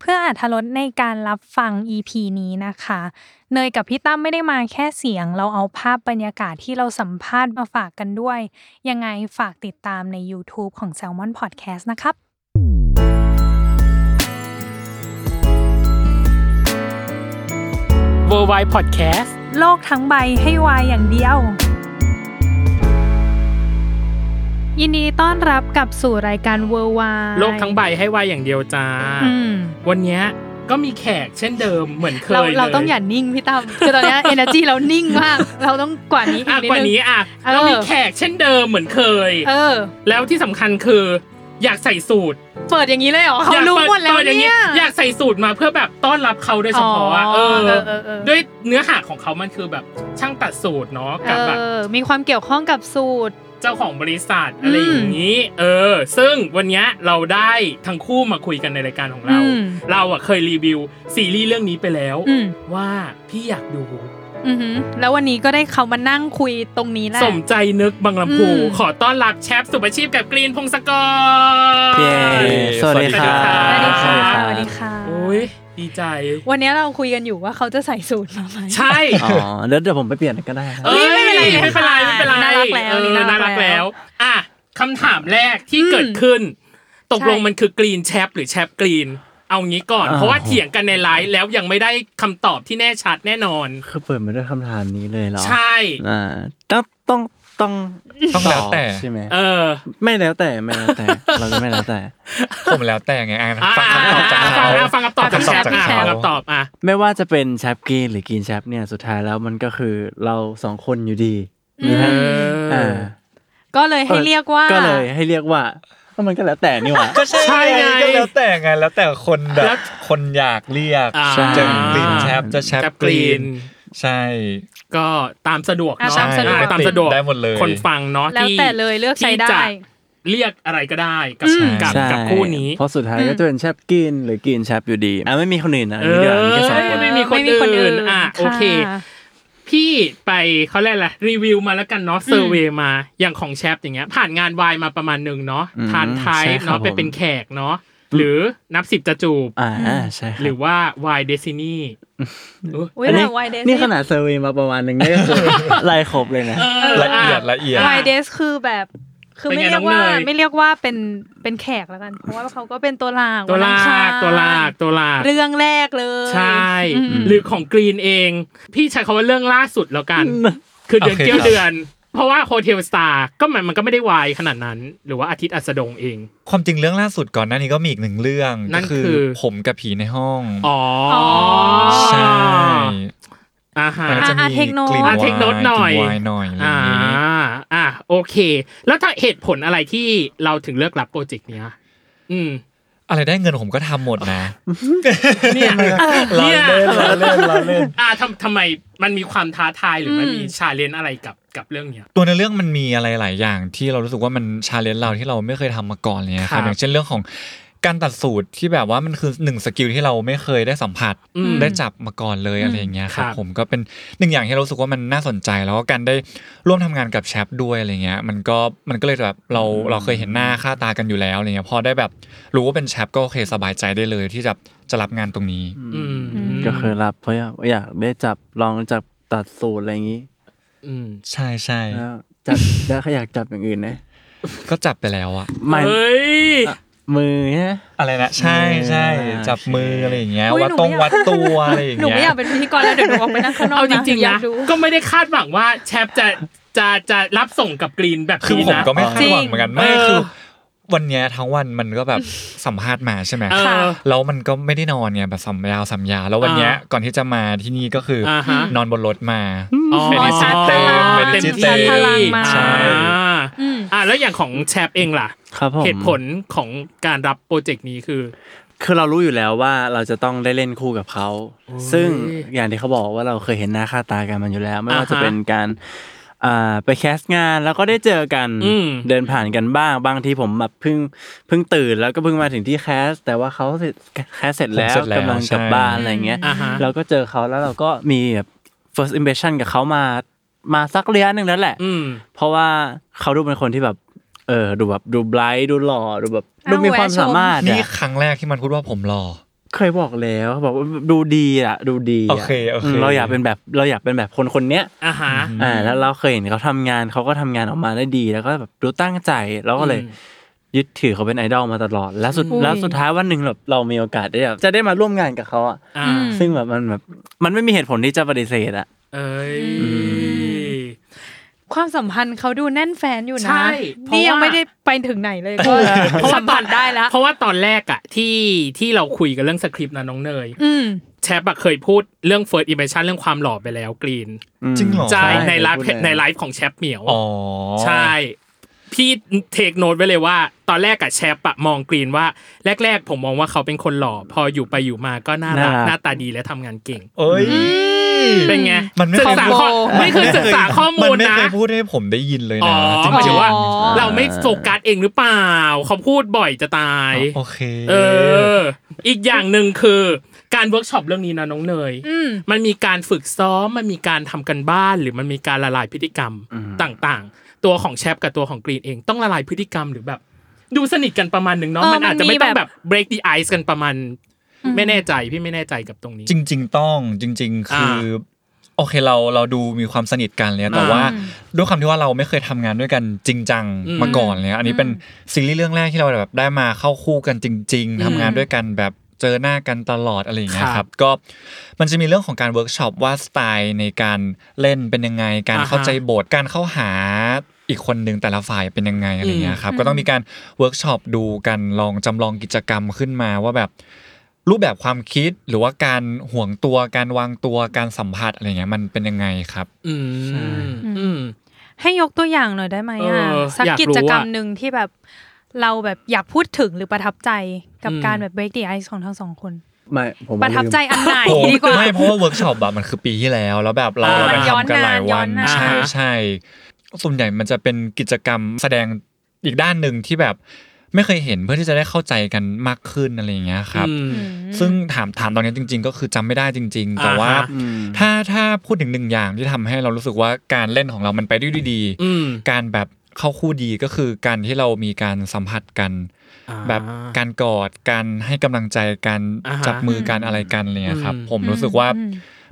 เพื่ออาธรสในการรับฟัง EP นี้นะคะ เนยกับพี่ตั้มไม่ได้มาแค่เสียง เราเอาภาพบรรยากาศที่เราสัมภาษณ์มาฝากกันด้วย ยังไงฝากติดตามใน YouTube ของ Salmon Podcast นะครับ w o r l d w i d e Podcast โลกทั้งใบให้วายอย่างเดียว ยินดีต้อนรับกลับสู่รายการเวอร์วาย โลกทั้งใบให้วายอย่างเดียวจ้า อืม วันเนี้ยก็มีแขกเช่นเดิมเหมือนเคย เรา ลย เราต้องอย่านิ่งพี่ตั้มคือตอนเนี้ energy เรานิ่งมาก เราต้องกว่านี้อี อ่ะ กนิด กว่า นึ นี้ ง อ่ะ เออ เรามีแขกเช่นเดิมเหมือนเคย เออ แล้วที่สำคัญคือ อยากใส่สูตร เปิดอย่างนี้เลยเหรอเขา อยก รู้ ปิ หมดแล้ว ปิอย่าง เนี่ย อยากใส่สูตรมาเพื่อแบบต้อนรับเขาโดยเฉพาะอ่ะ อ๋ เอ อ อ เออเออเออ ด้วยเนื้อหาของเขามันคือแบบช่างตัดสูตรเนาะกับแบบ เออ มีความเกี่ยวข้องกับสูตร เจ้าของบริษัท อืม อะไรอย่างนี้ เออ ซึ่งวันเนี้ยเราได้ทั้งคู่มาคุยกันในรายการของเรา อืม เราอ่ะเคยรีวิวซีรีส์เรื่องนี้ไปแล้ว อืม ว่าพี่อยากดู อือหือแล้ววันนี้ก็ได้เขามานั่งคุยตรงนี้แหละ สมใจนึกบางลำพู อืม ขอต้อนรับแชปสุปชีพกับกรีนพงศกร เย้สวัสดีครับ สวัสดีค่ะ อ่า สวัสดีค่ะ โอ้ยดีใจ วันนี้เราคุยกันอยู่ว่าเขาจะใส่สูตรมาไหม ใช่ อ๋อเดี๋ยวเดี๋ยวผมไปเปลี่ยนก็ได้ครับ เอ้ย ไม่ ไม่ เป็ เป็น น ไร ไร ไม่เป็นไรไม่เป็นไร น่ารักแล้ว เออ นี่น่า น่า รั รั ก ก แล้ แล้ว ว อ่ะคำถามแรกที่ อืม เกิดขึ้น ตกลง ใช่ มันคือกรีนแชปหรือแชปกรีน เอางี้ก่อน อ่า เพราะว่าเถียงกันในไลฟ์แล้วยังไม่ได้คำตอบที่แน่ชัดแน่นอน คือเปิดมาด้วยคำถามนี้เลยเหรอ ใช่ อ่าต้องต้องต้อง ต้องแล้วแต่ บใช่ไหม เออ ไม่แล้วแต่ไม่แล้วแต่ เราจะไม่แล้วแต่ ผมแล้วแต่ไงอ่ะ อ่ะ ฟังคำตอบจาก อ่ะ เขา ฟังคำตอบจากแชป ฟังอ่ะคำตอบจากเขา ฟังคำตอบอ่ะ ไม่ว่าจะเป็นแชปกรีนหรือกินแชปเนี่ยสุดท้ายแล้วมันก็คือเราสองคนอยู่ดีนะฮะ เออ อ่า ก็เลยให้เรียกว่า ก็เลยให้เรียกว่าก็มันก็แล้วแต่นี่หว่า ใช่ไง ก็แล้วแต่ไงแล้วแต่คนแบ แล้ว บคนอยากเรียก อ่า จะกรีนแชปจะแช แช ป ป ก ก รี รี น น ใช่ ก็ตามสะดวกเนาะ อ่ะตามสะดวก อ่ะตามสะดวก ได้หมดเลย คนฟังเนาะ แล้ว ที่ แต่เลยเลือกใช้ได้ ที่จะเรียกอะไรก็ได้กับ อืม กับ ใช่ กับคู่นี้ เพราะสุดท้ายก็จะเป็นแชปกินหรือกินแชปอยู่ดีอ่ะไม่มีคนอื่นนะ เอ มีเดียว อ มีแค่สองคน ไม่มีคนอื่นอ่ะโอเค ะ พี่ไปเขาเรียกอะไรรีวิวมาแล้วกันเนาะเซอร์เวย์มาอย่างของแชปอย่างเงี้ย ผ่านงานวายมาประมาณหนึ่งเนาะ อืม ทานไทย ใช่ครับ เนาะไป ผม เป็นแขกเนาะหรือนับสิบจะจูบ อ่าใช่คบ หรือว่าวายเดซินี่ อุ๊ย อันนี้ แต่ Y Days นี่ขนาดเซอร์เวีมาประมาณหนึ่งนี่ก็ คือ ไล่ครบเลยนะ ละเอียดละเอียด วายเดสคือแบบคือ เป็น ไม่ ไง เรียก น้ ว่า องเนย ไม่เรียกว่าเป็นเป็นแขกแล้วกัน เพราะว่าเขาก็เป็นตัวหลาก ตัวล นอังคราร กตัวลากตัวลาก เรื่องแรกเลย ใช่ อืม หรือของกรีนเอง พี่ใช้คำว่าเรื่องล่าสุดแล้วกัน คือเดือน โอเค เกี่ยว ครับ เดือน เพราะว่าโฮเทลสตาร์ก็มันมันก็ไม่ได้วายขนาดนั้น หรือว่าอาทิตย์อัสดงเอง ความจริงเรื่องล่าสุดก่อนหน้านี้ก็มีอีกหนึ่งเรื่อง นั่ ก็ น คือ คือ ผมกับผีในห้อง อ๋ออ ใช่ อ่าฮะ มันก็จะ อ่ะอ่ะมีเทคโน กลิ่น อ่ะ วาย เทคโนหน่อย กลิ่วายหน่อยอะไรอ อ่า ย่างนี้ อ่าโอเค แล้วถ้าเหตุผลอะไรที่เราถึงเลือกรับโปรเจกต์เนี้ยอืม อะไรได้เงินผมก็ทำหมดนะ เนี่ย เรา เนี่ย เล่นเราเล่นเราเล่น อ่าทำทำไมมันมีความท้าทายหรืออ ม มันมีชาเลนอะไรกับกับเรื่องเนี้ย ตัวในเรื่องมันมีอะไรหลายอย่างที่เรารู้สึกว่ามันชาเลนจ์เราที่เราไม่เคยทำมาก่อนเลยนะค ครั รับบ อย่างเช่นเรื่องของการตัดสูตรที่แบบว่ามันคือหนึ่งสกิลที่เราไม่เคยได้สัมผัส อืม ได้จับมาก่อนเลยอะไรอย่างเงี้ยครั ครับบ ผมก็เป็นหนึ่งอย่างที่เรารู้สึกว่ามันน่าสนใจ แล้วก็การได้ร่วมทำงานกับแชปด้วยอะไรเงี้ยมันก็มันก็เลยแบบเราเราเคยเห็นหน้าค่าตากันอยู่แล้วอะไรเงี้ยพอได้แบบรู้ว่าเป็นแชปก็โอเคสบายใจได้เลยที่จะจะรับงานตรงนี้ อืม ก็คือรับเพราะอยากได้จับลองจับตัดสูตรอะไรอย่างนี้ อืม ใช่ใช่ แล้วจับแล้วก็อยากจับอย่างอื่นนะ ก็จับไปแล้วอะ มัน เฮ้ย มือฮะ อะไรนะใช่ใช่ อ่า จับมืออะไรอย่างเงี้ย อุ๊ย วัด หนู ตรง ไม่อยาก วัดตัวอะไรอย่าง หนู เงี้ ไม่อย ยากเป็นพิธีกรแล้วเดี๋ยวหนูออกไปนั่งข้างนอก เอาจริงๆ อยา นะ กดู ก็ไม่ได้คาดหวังว่าแชปจะจะจะรับส่งกับกรีนแบบ คือ นี้ ผม นะ ก็ไม่คาดหวัจงริง เหมือนกันไม่ เออ คือวันเนี้ยทั้งวันมันก็แบบสัมภาษณ์มาใช่ไหม เออ แล้วมันก็ไม่ได้นอนไงแบบสัมยาวสัมยาวแล้ววันเนี้ย อ่า ก่อนที่จะมาที่นี่ก็คืออา ฮะ นอนบนรถมา อ๋อ เป็นดิจิทัลเป็นดิจิทัล เต็มที่ มา ใช่ อ่า อืม อ่าแล้วอย่างของแชปเองล่ะ ครับผม เหตุผลของการรับโปรเจกต์นี้คือ คือเรารู้อยู่แล้วว่าเราจะต้องได้เล่นคู่กับเขา ซึ่งอย่างที่เขาบอกว่าเราเคยเห็นหน้าค่าตากันมันอยู่แล้ว ไม่อ่าว่าฮะ จะเป็นการอ่าไปแคสต์งานแล้วก็ได้เจอกัน อืม เดินผ่านกันบ้างบางทีผมแบบเพิ่งเพิ่งตื่นแล้วก็เพิ่งมาถึงที่แคสต์แต่ว่าเขาเสร็จแคสต์เสร็จแล้ว เสร็จแล้ว กำลังกลับ ใช่ บ้านอะไรเงี้ย อ่าฮะ เราก็เจอเขาแล้วเราก็มีแบบ first impression กับเขามามาสักระยะหนึ่งแล้วแหละ อืม เพราะว่าเขาดูเป็นคนที่แบบ เออดูแบบดูไบรท์ดูหล่อดูแบบดูมีความสามารถอะ นี่ครั้งแรกที่มันพูดว่าผมหล่อ เคยบอกแล้วบอกว่าดูดีอ่ะ ดูดีะ โอเคโอเค มเราอยากเป็นแบบเราอยากเป็นแบบคนคนเนี้ย อ่าฮะ อ่าแล้วเราเคยเห็นเขาทำงานเขาก็ทำงานออกมาได้ดี แล้วก็แบบดูตั้งใจเราก็เลย อืม ยึดถือเขาเป็นไอดอลมาตลอด แล้วสุด อุ้ย แล้วสุดท้ายวันหนึ่งแบบเรามีโอกาสได้แบบจะได้มาร่วมงานกับเขาอ่ะ อ่า ม ซึ่งแบบมันแบบมันไม่มีเหตุผลที่จะปฏิเสธอ่ะ เอ้ย ความสัมพันธ์เขาดูแน่นแฟนอยู่ ใช่ นะ เพราะนี่ว่านี่ยังไม่ได้ไปถึงไหนเลยก็ เพราะ สั ว่าม ตอ ผั น สได้แล้ว เพราะว่าตอนแรกอะที่ที่เราคุยกันเรื่องสคริปต์นะน้องเนย อืม แชปอะเคยพูดเรื่อง first impression เรื่องความหล่อไปแล้วกรีน จริงเหรอ ใช่ในไลฟ์ พูดแล้ว ในไลฟ์ของแชปเหมียว อ๋อ ใช่ พี่เทคโนตไว้เลยว่า ตอนแรกอะแชปอะมองกรีนว่า แรก ๆ ผมมองว่าเขาเป็นคนหล่อ พออยู่ไปอยู่มาก็น่ารัก น่ารัก หน้าตาดีและทำงานเก่ง เอ้ย เป็นไง มันไม่ ศึกษาข้อ คอมโบ ไม่เคยศึกษาข้อมูล มันไม่ นะ เคยพูดให้ผมได้ยินเลย อ๋อ นะจ หมาย ริ ถึ ง ง ๆ ว่า อ๋อ เราไม่โฟกัสเองหรือเปล่า เขาพูดบ่อยจะตาย โอเค เออ อีกอย่างหนึ่งคือการเวิร์กช็อปเรื่องนี้นะน้องเนย อืม มันมีการฝึกซ้อม มันมีการทำกันบ้าน หรือมันมีการละลายพฤติกรรมต่างๆ ตัวของแชปกับตัวของกรีนเองต้องละลายพฤติกรรมหรือแบบ ดูสนิทกันประมาณหนึ่งเนาะ เออ มันอาจจะ มันมี ไม่ต้อง แบบ แบบ break the ice กันประมาณ ไม่แน่ใจพี่ไม่แน่ใจกับตรงนี้ จริง ๆ ต้องจริง ๆ คืออโอเคเราเราดูมีความสนิทกันเลยอะแต่ว่าด้วยความที่ว่าเราไม่เคยทำงานด้วยกันจริงจัง อืม มาก่อนเลยอะอันนี้เป็นซีรีส์เรื่องแรกที่เราแบบได้มาเข้าคู่กันจริง ๆทำงานด้วยกันแบบเจอหน้ากันตลอดอะไรอย่างเงี้ย ค ค รั รั บบ ก็มันจะมีเรื่องของการเวิร์กช็อปว่าสไตล์ในการเล่นเป็นยังไง การ อ่าฮะ เข้าใจบทการเข้าหาอีกคนหนึ่งแต่ละฝ่ายเป็นยังไงอะไรอย่างเงี้ยครับก็ต้องมีการเวิร์กช็อปดูกันลองจำลองกิจกรรมขึ้นมาว่าแบบ รูปแบบความคิดหรือว่าการห่วงตัวการวางตัวการสัมผัสอะไรเงี้ยมันเป็นยังไงครับ ืมอืม ให้ยกตัวอย่างหน่อยได้ไหม เอ อ่ะ อ สัก อยากรู้ กิจกรรม อะ หนึ่งที่แบบเราแบบอยากพูดถึงหรือประทับใจกับการแบบ break the ice ของทั้งสองคน ไม่ผม ประทับใจอันไหน โอ้ ดีกว่า ไม่เพราะว่าเวิร์กช็อปแบบมันคือปีที่แล้ว แล้วแบบเรา อ่า เราไป ย้อน ทำกันหลาย ย้ วั อน นนาน ใช่ อ่า ใช่ส่วนใหญ่มันจะเป็นกิจกรรมแสดงอีกด้านหนึ่งที่แบบไม่เคยเห็นเพื่อที่จะได้เข้าใจกันมากขึ้นอะไรอย่างเงี้ยครับ ซึ่งถามถามตอนนี้จริง ๆ ก็คือจำไม่ได้จริง ๆ แต่ว่า อ่าฮะ ถ้าถ้าพูดถึงหนึ่งอย่างที่ทำให้เรารู้สึกว่าการเล่นของเรามันไปได้ด้วยดี อืม การแบบเข้าคู่ดีก็คือการที่เรามีการสัมผัสกัน อ่า แบบการกอดการให้กำลังใจการ อ่าฮะ จับมือการอะไรกันอะไรเนี่ยครับ อืม ผมรู้สึกว่า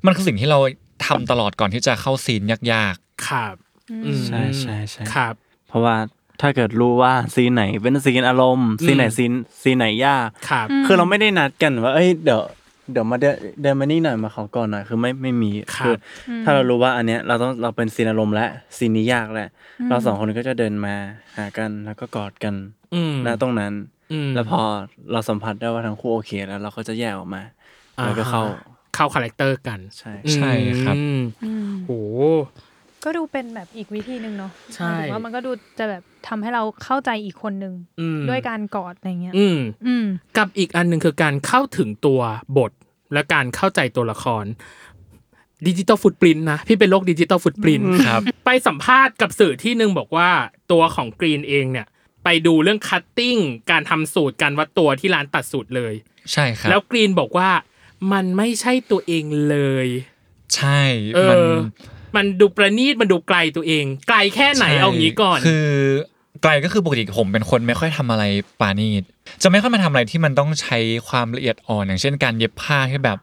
มันคือสิ่งที่เราทำตลอดก่อนที่จะเข้าซีนยาก ครับอืม ใช่ใช่ใช่ ครับ เพราะว่าถ้าเกิดรู้ว่าซีนไหนเป็นซีนอารมณ์ซีนไหนซีนซีนไหนยาก ครับ คือเราไม่ได้นัดกันว่า เอ้ยเดี๋ยวเดี๋ยวมาเดินเดินมานี่หน่อยมาขอก่อนหน่อยคือไม่ไม่มี ครับ อถ้าเรารู้ว่าอันเนี้ยเราต้องเราเป็นซีนอารมณ์และซีนนี้ยากแหละเราสองคนก็จะเดินมาหากันแล้วก็กอดกัน อืม ณตรงนั้น อืม แล้วพอเราสัมผัสได้ว่าทั้งคู่โอเคแล้ว เราก็จะแยกออกมาแล้วก็เข้า เข้าคาแรคเตอร์กัน ใช่ ใช่ครับ อืม อืม โห ก็ดูเป็นแบบอีกวิธีหนึ่งเนาะ ใช่ หมายถึงว่ามันก็ดูจะแบบทำให้เราเข้าใจอีกคนหนึ่ง อืม ด้วยการกอดอะไรเงี้ย อืม อืม กับอีกอันหนึ่งคือการเข้าถึงตัวบทและการเข้าใจตัวละครดิจิตอลฟุตปรินนะ พี่เป็นโรคดิจิตอลฟุตปริน ครับ ไปสัมภาษณ์กับสื่อที่หนึ่งบอกว่าตัวของกรีนเองเนี่ย ไปดูเรื่องคัตติ้งการทำสูตรการวัดตัวที่ร้านตัดสูตรเลย ๆ ใช่ครับ แล้วกรีนบอกว่ามันไม่ใช่ตัวเองเลย ใช่ เอ มัน อ มันดูประณีตมันดูไกลตัวเอง ไกลแค่ไหน ใช่ เอางี้ก่อน คือไกลก็คือปกติผมเป็นคนไม่ค่อยทำอะไรปานีตจะไม่ค่อยมาทำอะไรที่มันต้องใช้ความละเอียดอ่อน อย่างเช่นการเย็บผ้าที่แบบ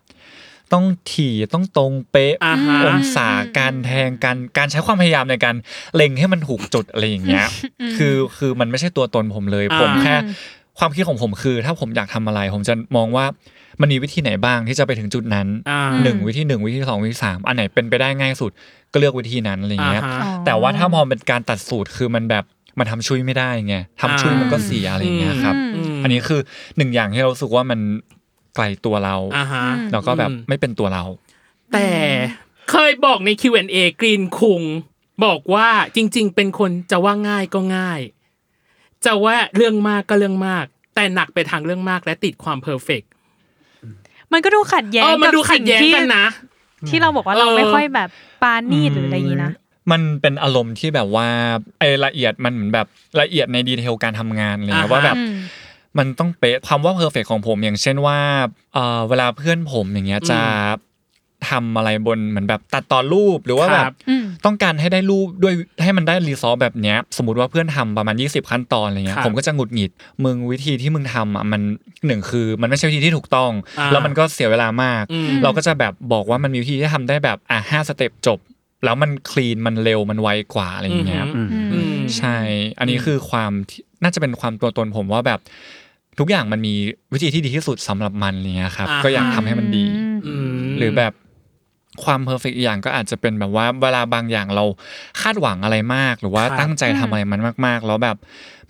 ต้องถี่ต้องตรงเป๊ะ อ่าฮะ องศาการแทงการการใช้ความพยายามในการเล็งให้มันถูกจุดอะไรอย่างเงี้ย คือคือมันไม่ใช่ตัวตนผมเลย อ่า ผมแค่ความคิดของผมคือ ถ้าผมอยากทำอะไร ผมจะมองว่ามันมีวิธีไหนบ้างที่จะไปถึงจุดนั้น อ่า หนึ่งวิธีหนึ่งวิธีสองวิธีสามอันไหนเป็นไปได้ง่ายสุดก็เลือกวิธีนั้นอะไรอย่างเงี้ย อ่าฮะ แต่ว่าถ้ามองเป็นการตัดสูตรคือมันแบบมันทำช่วยไม่ได้ไงทำช่วยมันก็เสียอะไรอย่างเงี้ยครับ อืม อันนี้คือหนึ่งอย่างที่เรารู้สึกว่ามันไกลตัวเรา อ่าฮะ แล้วก็แบบ อืม ไม่เป็นตัวเรา แต่เคยบอกใน Q&A กรีนคุงบอกว่าจริง ๆ เป็นคนจะว่าง่ายก็ง่าย จะว่าเรื่องมากก็เรื่องมาก แต่หนักไปทางเรื่องมากและติดความเพอร์เฟกต์ มันก็ดูขัดแย้ เองอมัน กับ ดูขัด สิ่ แย้ง ที่ กันนะ ที่เราบอกว่า เออ เราไม่ค่อยแบบปานีดหรืออะไรอย่างนี้นะ มันเป็นอารมณ์ที่แบบว่าไอ้ละเอียดมันเหมือนแบบละเอียดในดีเทลการทำงานอะไรอ่าเงี้ยฮะ ว่าแบบมันต้องเป๊ะคำว่าเพอร์เฟกของผมอย่างเช่นว่าเอ่อเวลาเพื่อนผมอย่างเงี้ยจะทำอะไรบนเหมือนแบบตัดต่อรูปหรือว่าแบ ครับ บ อืม ต้องการให้ได้รูปด้วยให้มันได้รีซอสแบบเนี้ยสมมติว่าเพื่อนทำประมาณ 20 ขั้นตอนอะไรเงี้ ค ย รับ ผมก็จะหงุดหงิดมึงวิธีที่มึงทำอ่ะมันหนึ่งคือมันไม่ใช่วิธีที่ถูกต้อง อ่า แล้วมันก็เสียเวลามาก อืม เราก็จะแบบบอกว่ามันมีวิธีที่ทำได้แบบอ่ะห้าสเต็ปจบ แล้วมันคลีนมันเร็วมันไวกว่าอะไรอย่างเงี้ย อืม อืม ใช่ อันนี้คือความที่น่าจะเป็นความตัวตนผมว่าแบบ ทุกอย่างมันมีวิธีที่ดีที่สุดสำหรับมันอะไรเงี้ยครับ อ่า ก็อยากทำให้มันดี อืม หรือแบบความเพอร์เฟกอย่างก็อาจจะเป็นแบบว่าเวลาบางอย่างเราคาดหวังอะไรมาก หรือว่า ครับ ตั้งใจทำอะไรมันมาก ๆ แล้วแบบ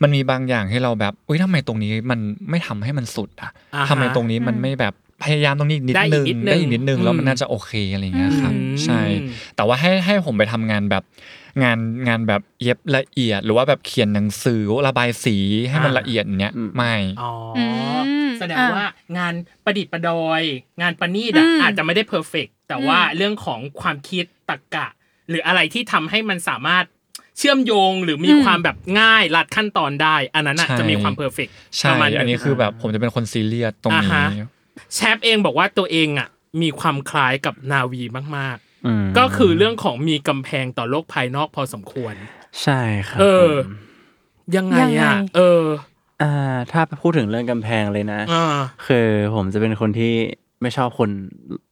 มันมีบางอย่างให้เราแบบอุ้ยทำไมตรงนี้มันไม่ทำให้มันสุดอ่ะ อ่าฮะ ทำไมตรงนี้มันไม่แบบพยายามตรงนี้นิด ได้อี นึ ก ง นิดนึง ได้อีกนิดนึง แล้วมั อื น ม น่าจะโอเคอะไรอย่างเงี้ยครับ อืม ใช่ แต่ว่าให้ให้ผมไปทำงานแบบงานงานแบบเย็บละเอียด หรือว่าแบบเขียนหนังสือระบายสีให้มัน อ่า ละเอียดเนี้ย อืม ไม่ อ๋ออ ม แสดง อ่ะ ว่างานประดิษฐ์ประดอย งานประณีตอะอาจจะไม่ได้เพอร์เฟกแต่ว่าเรื่องของความคิดตรรกะ หรืออะไรที่ทำให้มันสามารถเชื่อมโยงหรือมีความแบบง่ายลัดขั้นตอนได้ อันนั้นอะ ใช่ จะมีความเพอร์เฟก ใช่ ประมาณหง อันนี้คือแบบผมจะเป็นคนซีเรียสตรงนี้ อ่าฮะ แชปเองบอกว่าตัวเองอะมีความคล้ายกับนาวีมาก อืม ๆ ก็คือเรื่องของมีกำแพงต่อโลกภายนอกพอสมควร ใช่ครับ เออ ผม ยังไง ยังไง อะเออ อ่าถ้าพูดถึงเรื่องกำแพงเลยนะ อ่า คือผมจะเป็นคนที่ไม่ชอบคน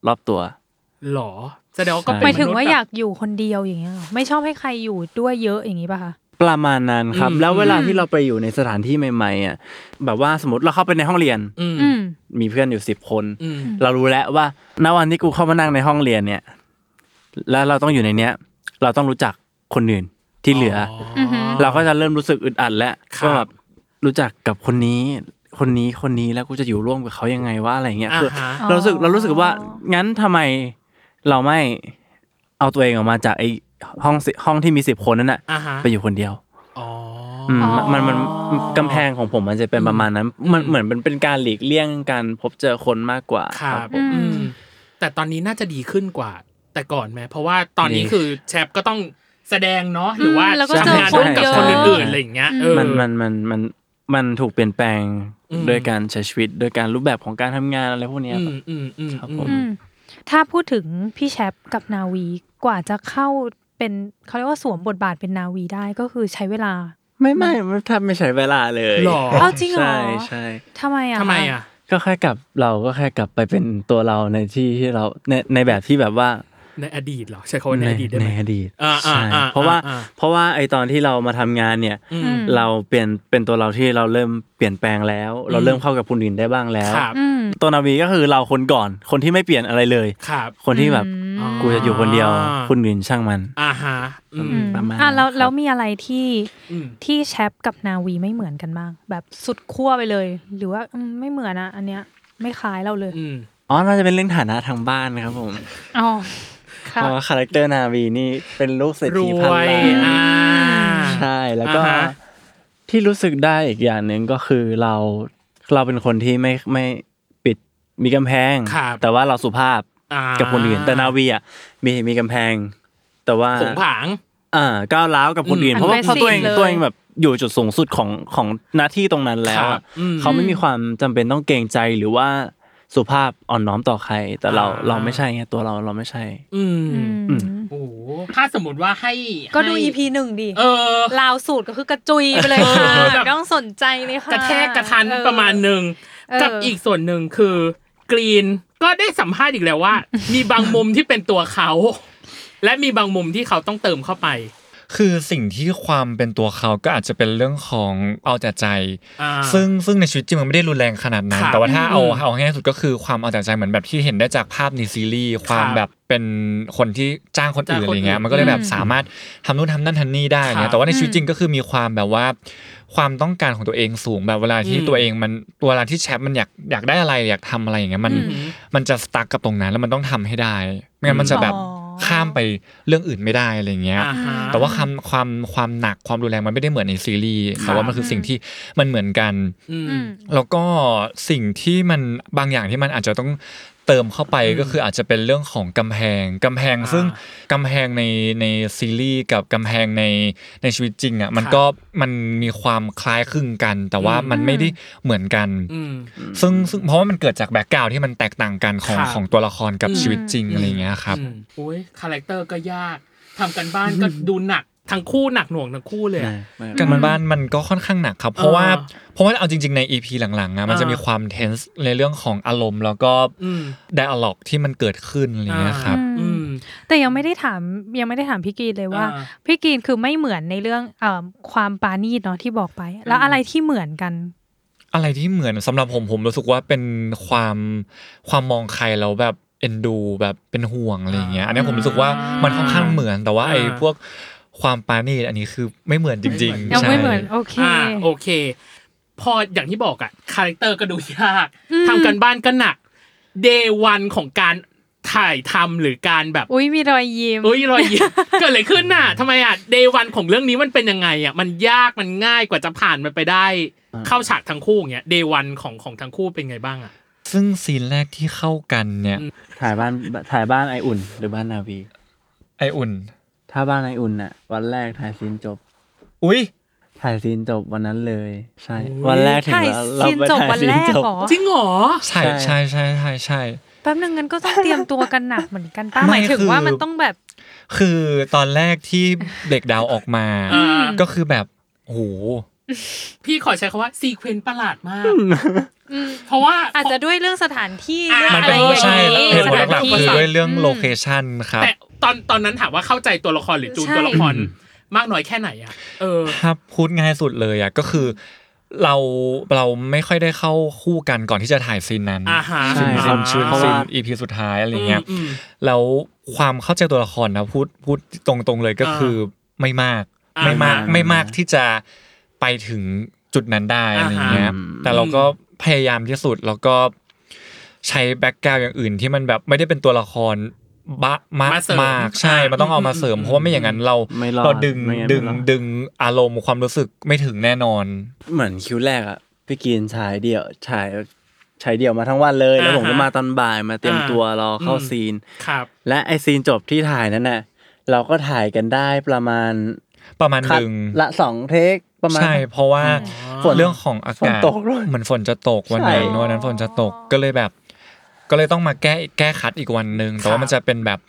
รอบตัว หรอแสดงว่าก็เป็น หมายถึงว่า ษย์ อ แบบ ยากอยู่คนเดียวอย่างเงี้ยเหรอไม่ชอบให้ใครอยู่ด้วยเยอะอย่างนี้ป่ะคะ ประมาณนั้นครับ อืม แล้วเวลาที่เราไปอยู่ในสถานที่ใหม่ๆอ่ะแบบว่าสมมติเราเข้าไปในห้องเรียน อืม อืม มีเพื่อนอยู่สิบคน อืม เรารู้แล้วว่าณวันที่กูเข้ามานั่งในห้องเรียนเนี่ย แล้วเราต้องอยู่ในเนี้ย เราต้องรู้จักคนอื่นที่เหลืออเราก็จะเริ่มรู้สึกอึดอัดแล้ว ครับ ก็แบบรู้จักกับคนนี้ คนนี้คนนี้แล้วกูจะอยู่ร่วมกับเขายังไงว่าอะไรเงี้ยคืออา ฮะ เรารู้สึกเรารู้สึกว่างั้นทำไมเราไม่เอาตัวเองออกมาจากไอ้ห้องสิห้องที่มีสิบคนนั้นน่ะ อ่าฮะ ไปอยู่คนเดียว อ๋ออ อืมมันมันมันกำแพงของผมมันจะเป็นประมาณนั้น มันเหมือนเป็นเป็นการหลีกเลี่ยงการพบเจอคนมากกว่า ครับ ผม อืมแต่ตอนนี้น่าจะดีขึ้นกว่าแต่ก่อนไหมเพราะว่าตอนนี้ ดี คือแชปก็ต้องแสดงเนาะหรือว่า อืมแล้วก็ ทำงาน เจอ ร่วมกับคน คนเยอะ อื่นๆอะไรอย่างเงี้ยเออ มันมันมันมันมันถูกเปลี่ยนแปลง อืม โดยการใช้ชีวิตโดยการรูปแบบของการทำงานอะไรพวกเนี้ย อื คมรับ อืมอืม ครับ อื ผมม อืมถ้าพูดถึงพี่แชปกับนาวีกว่าจะเข้าเป็นเขาเรียกว่าสวมบทบาทเป็นนาวีได้ก็คือใช้เวลา ไม่ไม่แทบไม่ใช้เวลาเลย หรอ เอาจริงเหรอ ใช่ใช่ ทำไมอ่ะ ทำไมอ่ะ ก็แค่กลับเราก็แค่กลับไปเป็นตัวเราในที่ที่เราในในแบบที่แบบว่า ในอดีตเหรอใช้คำว่าในอดีตได้ไหม ในอดีต อ่าอ่า ใช่ อ่า เพราะว่า อ่า เพราะว่าไอตอนที่เรามาทำงานเนี่ย อืม เราเปลี่ยนเป็นตัวเราที่เราเริ่มเปลี่ยนแปลงแล้ว เราเริ่มเข้ากับคนอื่นได้บ้างแล้ว ครับ อืม ตัวนาวีก็คือเราคนก่อน คนที่ไม่เปลี่ยนอะไรเลย ครับ คนที่แบบ อืม กูจะอยู่คนเดียว อ่า คนอื่นช่างมัน อ่าฮะอืม อืม ประมาณ อ่ะแล้ว ครับ แล้วมีอะไรที่ อืม ที่แชปกับนาวีไม่เหมือนกันบ้าง แบบสุดขั้วไปเลย หรือว่าอืมไม่เหมือนอะอันเนี้ยไม่คล้ายเราเลย อืม อ๋อน่าจะเป็นเรื่องฐานะทางบ้านนะครับผม อ๋อ เพ ค่ะ ราะว่าคาแรคเตอร์นาวีนี่เป็นลูกเศรษ ร ฐี ว พัยนล้าน อ่า ใช่แล้วก็ อ่าฮะ ที่รู้สึกได้อีกอย่างหนึ่งก็คือเราเราเป็นคนที่ไม่ไม่ปิดมีกำแพง ครับ แต่ว่าเราสุภาพ อ่า กับคนอื่นแต่นาวีอ่ะมีมีกำแพง แต่ว่า ผงผาง อ่าก้าวร้าวกับคนอื่น อืม เพราะว่า aggressive เพราะตัวเอง เลย ตัวเองแบบอยู่จุดสูงสุดของของหน้าที่ตรงนั้นแล้ควรั อะ บอืม เขาไม่มีความจำเป็นต้องเกรงใจหรือว่าสุภาพอ่อนน้อมต่อใคร แต่เรา อ่า เราไม่ใช่ไงตัวเราเราไม่ใช่ อืม อืม โอ้โหถ้าสมมติว่าให้ ก็ดู ให้ EP หนึ่งดิ เออ ลาวสูตรก็คือกระจุยไปเลยค่ะ เออแบบ ไม่ต้องสนใจเลยค่ะ กระแทกกระทัน เออ ประมาณหนึ่ง เออ กับอีกส่วนหนึ่งคือกรีน ก็ได้สัมภาษณ์อี กแล้วว่า มีบางมุมที่เป็นตัวเขา และมีบางมุมที่เขาต้องเติมเข้าไป คือสิ่งที่ความเป็นตัวเขาก็อาจจะเป็นเรื่องของเอาแต่ใจ อ่า ซึ่งซึ่งในชีวิตจริงมันไม่ได้รุนแรงขนาดนั้น ครับ แต่ว่าถ้าเอา อืม เอาง่ายสุดก็คือความเอาแต่ใจเหมือนแบบที่เห็นได้จากภาพในซีรีส์ความ ครับ แบบเป็นคนที่จ้างคนอื่น จ้างคอะน ไรเงี้ อื่ ย น มันก็เลยแบบ อืม สามารถทำนู่นทำนั่นทำนี่ได้ ครั เงี้ บ ยแต่ว่าในชีวิตจริงก็คือมีความแบบว่า ความต้องการของตัวเองสูงแบบเวลาที่ อืม ตัวเองมันเวลาที่แชทมันอยากอยากได้อะไรอยากทำอะไรอย่างเงี้ยมัน อืม มันจะสตั๊กกับตรงนั้นแล้วมันต้องทำให้ได้ไม่งั้นมันจะแบบ อ๋อ ข้ามไปเรื่องอื่นไม่ได้อะไรเงี้ย อ่าฮะ แต่ว่าความความความหนักความรุนแรงมันไม่ได้เหมือนในซีรีส์ ครับ แต่ว่ามันคือสิ่งที่มันเหมือนกัน อืม อืม แล้วก็สิ่งที่มันบางอย่างที่มันอาจจะต้องเติมเข้าไป อืม ก็คืออาจจะเป็นเรื่องของกำแพงกำแพง อ่า ซึ่งกำแพงในในซีรีส์กับกำแพงในในชีวิตจริงอ่ะมัน ครับ ก็มันมีความคล้ายคลึงกัน แต่ว่า อืม มันไม่ได้เหมือนกัน อืม ซึ่งซึ่งเพราะว่ามันเกิดจากแบ็กกราวที่มันแตกต่างกันของ ครับ ของตัวละครกับ อืม ชีวิตจริงอะไรอย่างเงี้ยครับ อืมโอ้ยคาแรคเตอร์ก็ยากทำกันบ้านก็ดูหนักทั้งคู่หนักหน่วงทั้งคู่เลยอะ การบ้านมันก็ค่อนข้างหนักครับ เพราะว่า เออ เพราะว่าเอาจริง ๆ ใน EP หลังๆนะมัน เออ จะมีความเทนส์ในเรื่องของอารมณ์ แล้วก็ อืม ไดอะล็อกที่มันเกิดขึ้นอะไรอย่างเงี้ยครับ อื อื ม ม แต่ยังไม่ได้ถามยังไม่ได้ถามพี่กรีนเลยว่า อ่า พี่กรีนคือไม่เหมือนในเรื่องเอ่อความปราณีตเนาะที่บอกไป แล้ว อืม อะไรที่เหมือนกัน อะไรที่เหมือนสำหรับผมผมรู้สึกว่าเป็นความความมองใครแล้วแบบเอ็นดูแบบเป็นห่วงอะไรอย่างเงี้ยอันเนี้ยผมรู้สึกว่ามันค่อนข้างเหมือน แต่ว่าไอ้ อ่า พวกความปราณีตอันนี้คือไม่เหมือนจริงๆ ยัง ใช่ ไม่เหมือนโอเค อ่าโอเค พออย่างที่บอกอะคาแรคเตอร์ก็ดูยากทำกันบ้านก็หนักเดวันของการถ่ายทำหรือการแบบ อุ้ยมีรอยยิ้ม เอ้ยรอยยิ้ม เกิดอะไรขึ้นน่ะทำไมอะเดวันของเรื่องนี้มันเป็นยังไงอะมันยากมันง่ายกว่าจะผ่านมันไปได้ เข้าฉากทั้งคู่อย่างเงี้ยเดวันของของทั้งคู่เป็นไงบ้างอะ ซึ่งซีนแรกที่เข้ากันเนี่ย อืม ถ่ายบ้านถ่ายบ้านไออุ่น หรือบ้านนาวี ไออุ่น ถ้าบ้านไออุ่นน่ะ วันแรกถ่ายซีนจบ อุ้ย ถ่ายซีนจบวันนั้นเลย ใช่ วันแรกถึง ถ่าย แล้วเรา ซีน ไป จบ ถ่าย วัน ซี แร น ก จบ เหรอ จริงเหรอ ใช่ ใช่ ใช่ใช่ใช่ใช่ แป๊บนึงงั้นก็ต้องเตรียมตัวกันหนักเหมือนกัน ป้าหมายถึง ไม่คือ ว่ามันต้องแบบ คือตอนแรกที่เด็กดาวออกมา อ่า ก็คือแบบโอ้โห พี่ขอใช้คำว่าซีเควนต์ประหลาดมากเพราะว่า อาจจะด้วยเรื่องสถานที่ อ่า เรื่อง มัน อะไรอย่างเป็นใช่ นี้ เหตุผล สถาน หลัก ที่ ๆคือด้วยเรื่องโลเคชันครับ แต่ตอนตอนนั้นถามว่าเข้าใจตัวละครหรือจูน ใช่ ตัวละครมากน้อยแค่ไหนอะเออ ถ้าพูดง่ายสุดเลยอ่ะก็คือ เราเราไม่ค่อยได้เข้าคู่กันก่อนที่จะถ่ายซีนนั้น อ่าฮะ ใช่ ซีน ค ซี วาน ม ชื่น เพราะ ซี ว่า นอีพีสุดท้ายอะไรเงี้ย อืม แล้วความเข้าใจตัวละครนะพูดพูดตรงๆเลยก็คือไม่มาก อ่า ไม่มาก อ่า ไม่มากที่จะไปถึงจุดนั้นได้อะไรเงี้ย อ่าฮะ แต่เราก็พยายามที่สุดแล้วก็ใช้แบ็กกราวอย่างอื่นที่มันแบบไม่ได้เป็นตัวละครบะมาก มาเสริม มากใช่ อ่ามั มันต้องเอามาเสริม อืม เพราะว่าไม่อย่างนั้นเรา ไม่รอด เราดึง ไม่งั้น ดึง ไม่รอด ดึงอารมณ์ความรู้สึกไม่ถึงแน่นอน เหมือนคิวแรกอะพี่กินฉายเดี่ยวฉายฉายเดี่ยวมาทั้งวันเลยแล้ว อ่าฮะ ผมก็มาตอนบ่ายมาเตรียมตัวรอเข้า อืม ซีน ครับ และไอซีนจบที่ถ่ายนั้นน่ะเราก็ถ่ายกันได้ประมาณ ประมาณ คั ห ด นึ่ง ละสองเทคประมาณ ใช่ เพราะว่า ฝน เรื่องของอากาศ ฝนตกด้วย มันฝนจะตกวันไหน ใช่ นวันนั้นฝนจะตกก็เลยแบบ ก็เลยต้องมาแก้แก้คัดอีกวันหนึ่งแต่ว่ามันจะเป็นแบบ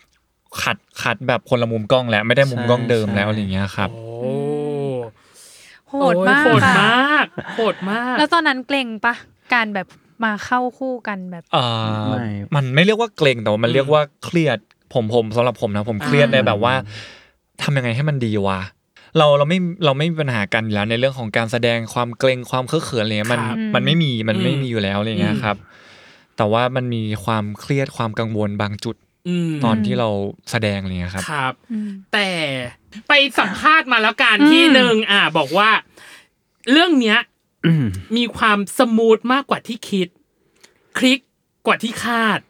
ขัดขัดแบบคนละมุมกล้องแล้วไม่ได้มุมกล้องเดิมแล้วอะไรอย่างเงี้ยครับ โอ้ โหดมาก โหด ค่ะ มากโหดมาก แล้วตอนนั้นเกรงปะการแบบมาเข้าคู่กันแบบ เอ่อ ไม่ มันไม่เรียกว่าเกรงแต่ว่ามันเรียกว่าเครียดผมผมสำหรับผมนะผมเครียดในแบบว่าทำยังไงให้มันดีวะเราเราไม่เราไม่มีปัญหากันอยู่แล้วในเรื่องของการแสดงความเกรงความเคอะเขินอะไรเงี้ยมัน ครับ มันไม่มีมันไม่ อืม มีอยู่แล้วอะไรเงี้ยครับ แต่ว่ามันมีความเครียดความกังวลบางจุด ม ตอนที่เราแสดงอะไรเงี้ยครับ ครับ แต่ไปสัมภาษณ์มาแล้วการที่หนึ่งอ่า บอกว่า เรื่องเนี้ยมีความสมูทมากกว่าที่คิด คลิกกว่าที่คาด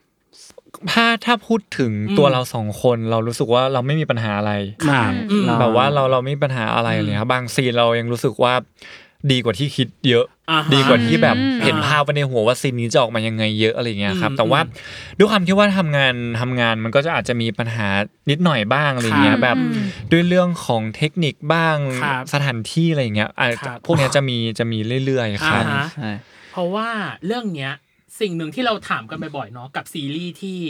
ถ้าถ้าพูดถึง อืม ตัวเราสองคนเรารู้สึกว่าเราไม่มีปัญหาอะไร มาก อืม แบบว่าเราเราไม่มีปัญหาอะไรเลยครับบางซีนเรายังรู้สึกว่าดีกว่าที่คิดเยอะ อ่าฮะ ดีกว่าที่แบบ อืม เห็นภาพไว้ในหัวว่าซีนนี้จะออกมายังไงเยอะอะไรเงี้ยครับ อืม แต่ว่าด้วยความที่ว่าทำงานทำงานมันก็จะอาจจะมีปัญหานิดหน่อยบ้างอะไรเงี้ ครั ย บ แบบด้วยเรื่องของเทคนิคบ้าง ครับ สถานที่อะไรเงี้ยอ่ะ ครับ พวกเนี้ยจะมีจะมีเรื่อยๆครับ อ่าฮะ ใช่ เพราะว่าเรื่องเนี้ยสิ่งหนึ่งที่เราถามกันบ่อยๆเนาะกับซีรีส์ที่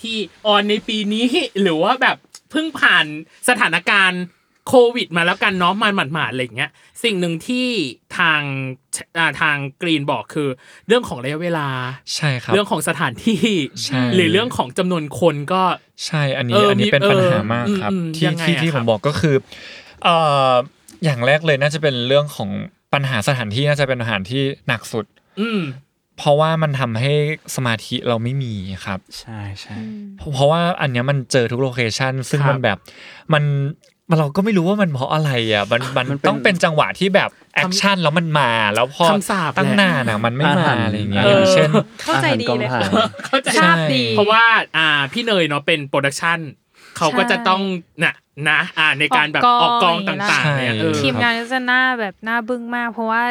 ที่ออนในปีนี้ หรือว่าแบบเพิ่งผ่านสถานการณ์โควิดมาแล้วกันเนาะมันหมาดๆอะไรอย่างเงี้ย สิ่งหนึ่งที่ถ ทางอ่าทางกรีนบอกคือ เรื่องของระยะเวลา ใช่ครับ เรื่องของสถานที่ ใช่ หรือเรื่องของจำนวนคนก็ ใช่ อัน เอ นี้ อ อันนี้ มี เป็นปัญหา เออ มากครับ อืมอืม ที่ ยังไง ที่ อะ ที่ ค ผ รับ มบอกก็คือเอ่ออย่างแรกเลยน่าจะเป็นเรื่องของปัญหาสถานที่น่าจะเป็นปัญหาที่หนักสุด อืม เพราะว่ามันทำให้สมาธิเราไม่มีครับ ใช่ใช่ เพราะเพราะว่าอันเนี้ยมันเจอทุกโลเคชันซึ่ง ครับ มันแบบมันมันเราก็ไม่รู้ว่ามันเพราะอะไรอ่ะมันมัน มันเป็น ต้องเป็นจังหวะที่แบบแอคชั่นแล้วมันมา แล้วพอ คำสาปแหละ ตั้งนานอ่ะมันไม่ อา มา หาร อะไรอย่างเงี้ย เออ อย่างเช่น เข้าใจดีเลย อาหารกองถ่าย เข้าใจ ใช่ ทราบดี เพราะว่าอ่าพี่เนยเนาะเป็นโปรดักชันเขาก็จะต้องนะนะอ่าในการแบบอ อ อ อก ก ก ก อ อง ง ต่างๆเนี่ยเออ ทีมงานก็จะหน้าแบบหน้าบึ้งมาก เพราะว่า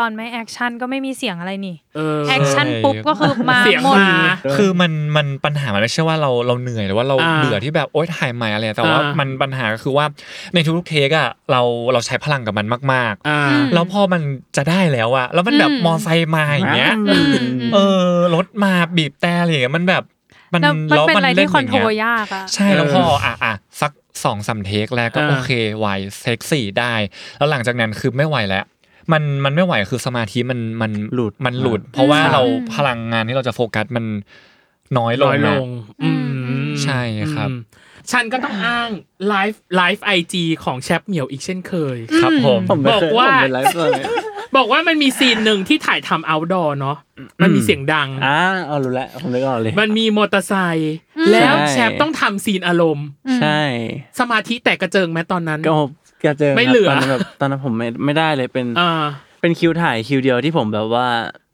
ตอนไม่แอคชั่นก็ไม่มีเสียงอะไรนี่ เออ แอคชั่นปุ๊บก็คือมา เสียง หมด มา คือมันมันปัญหามันไม่ใช่ว่าเราเราเหนื่อยหรือว่าเรา อ่า เบื่อที่แบบโอ๊ยถ่ายใหม่อะไรแต่ว่า อ่ามั มันปัญหาก็คือว่าในทุกๆเทคอ่ะเราเราใช้พลังกับมันมาก อ่า ๆ แล้วพอมันจะได้แล้วอ่ะแล้วมันแบบมอไซค์มาอย่างเงี้ย อืม เออรถมาบีบแต่อะไรอย่างเงี้ยมันแบบมัน แล้วมัน แล้ว เป็นอะไรที่ ล่ คอนโทรล ย่างเงี้ย ยากอ่ะ ใช่แล้ว เออ พออ่ะอ่ะสักสองสามเทคแรกก็ เออ โอเคไหวเทคสี่ได้ แล้วหลังจากนั้นคือไม่ไหวแล้ว มันมันไม่ไหวคือสมาธิมันมัน หลุด มันหลุด เพราะว่า อืม เราพลังงานที่เราจะโฟกัสมันน้อยล น้ ง อยล นะ ง อืม ใช่ครับ อืมฉันก็ต้องอ้างไลฟ์ไลฟ์ไอจีของแชปเหมียวอีกเช่นเคย ครับผม ผมไม่เคบยอกว่า ผมเป็นไลฟ์เลย บอกว่ามันมีซีนหนึ่งที่ถ่ายทำ outdoor เนาะมันมีเสียงดัง อ่าเอารู้แล้วผมนึกออกเลย มันมีมอเตอร์ไซค์แล้ว ใช่ แชปต้องทำซีนอารมณ์ ใช่ สมาธิแตกกระเจิงไหมตอนนั้น ก็ผมกระเจอ ไม่เหลือ ตอนนั้นแบบตอนนั้นผมไม่ไม่ได้เลยเป็น อ่า เป็นคิวถ่ายคิวเดียวที่ผมแบบว่า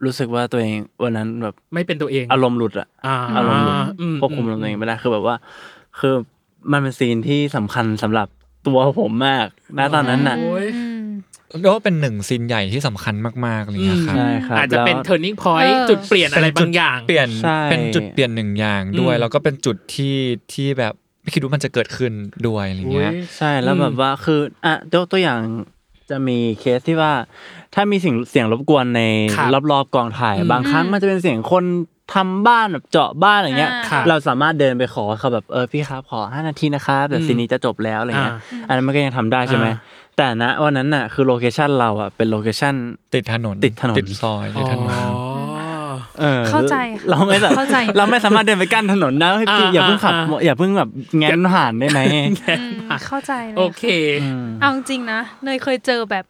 รู้สึกว่าตัวเองวันนั้นแบบ ไม่เป็นตัวเอง อารมณ์หลุดอะ อารมณ์หลุด ม ควบคุมอารมณ์ตัวเองไม่ได้คือแบบว่า คือมันเป็นซีนที่สำคัญสำหรับตัวผมมากนะตอนนั้นน่ะ โอ้ย แล้วก็เป็นหนึ่งซีนใหญ่ที่สำคัญมากๆเลยนะครับ ใช่ครับ อาจจะเป็น แล้ว turning point เออ จุดเปลี่ยนอะไร เจุด บางอย่าง เปลี่ยน ใช่ เป็นจุดเปลี่ยนหนึ่งอย่างด้วย อืม แล้วก็เป็นจุดที่ที่แบบไม่คิดว่ามันจะเกิดขึ้นด้วยอะไร โอ้ เงี้ย ย ใช่แล้ว อืม แบบว่าคืออ่ะยกตัวอย่างจะมีเคสที่ว่า ถ้ามีเสียงเสียงรบกวนใน ครับ รอบๆกองถ่าย อืม บางครั้งมันจะเป็นเสียงคนทำบ้านแบบเจาะบ้านอะไรเงี้ย อ่า ครับ เราสามารถเดินไปขอเขาแบบเออพี่ครับขอห้านาทีนะครับแบบซีนนี้จะจบแล้วอะไรเงี้ยอันนั้นมันก็ยังทำได้ใช่ไหมแต่ณวันนั้นน่ะคือโลเคชันเราอ่ะเป็นโลเคชัน ติดถนน ติดถนน ติดซอยติดถนน อ๋อ ออ เข้าใจค่ะ เราไม่แบบ เข้าใจ เราไม่สามารถเดินไปกั้นถนนนะให้พี่ อ่า อย่าเพิ่งขับ อ่า อย่าเพิ่งแบบแงนผ่านได้ไหม อืมเข้าใจเลย โอเค เอาจริงๆนะเนยเคยเจอแบบ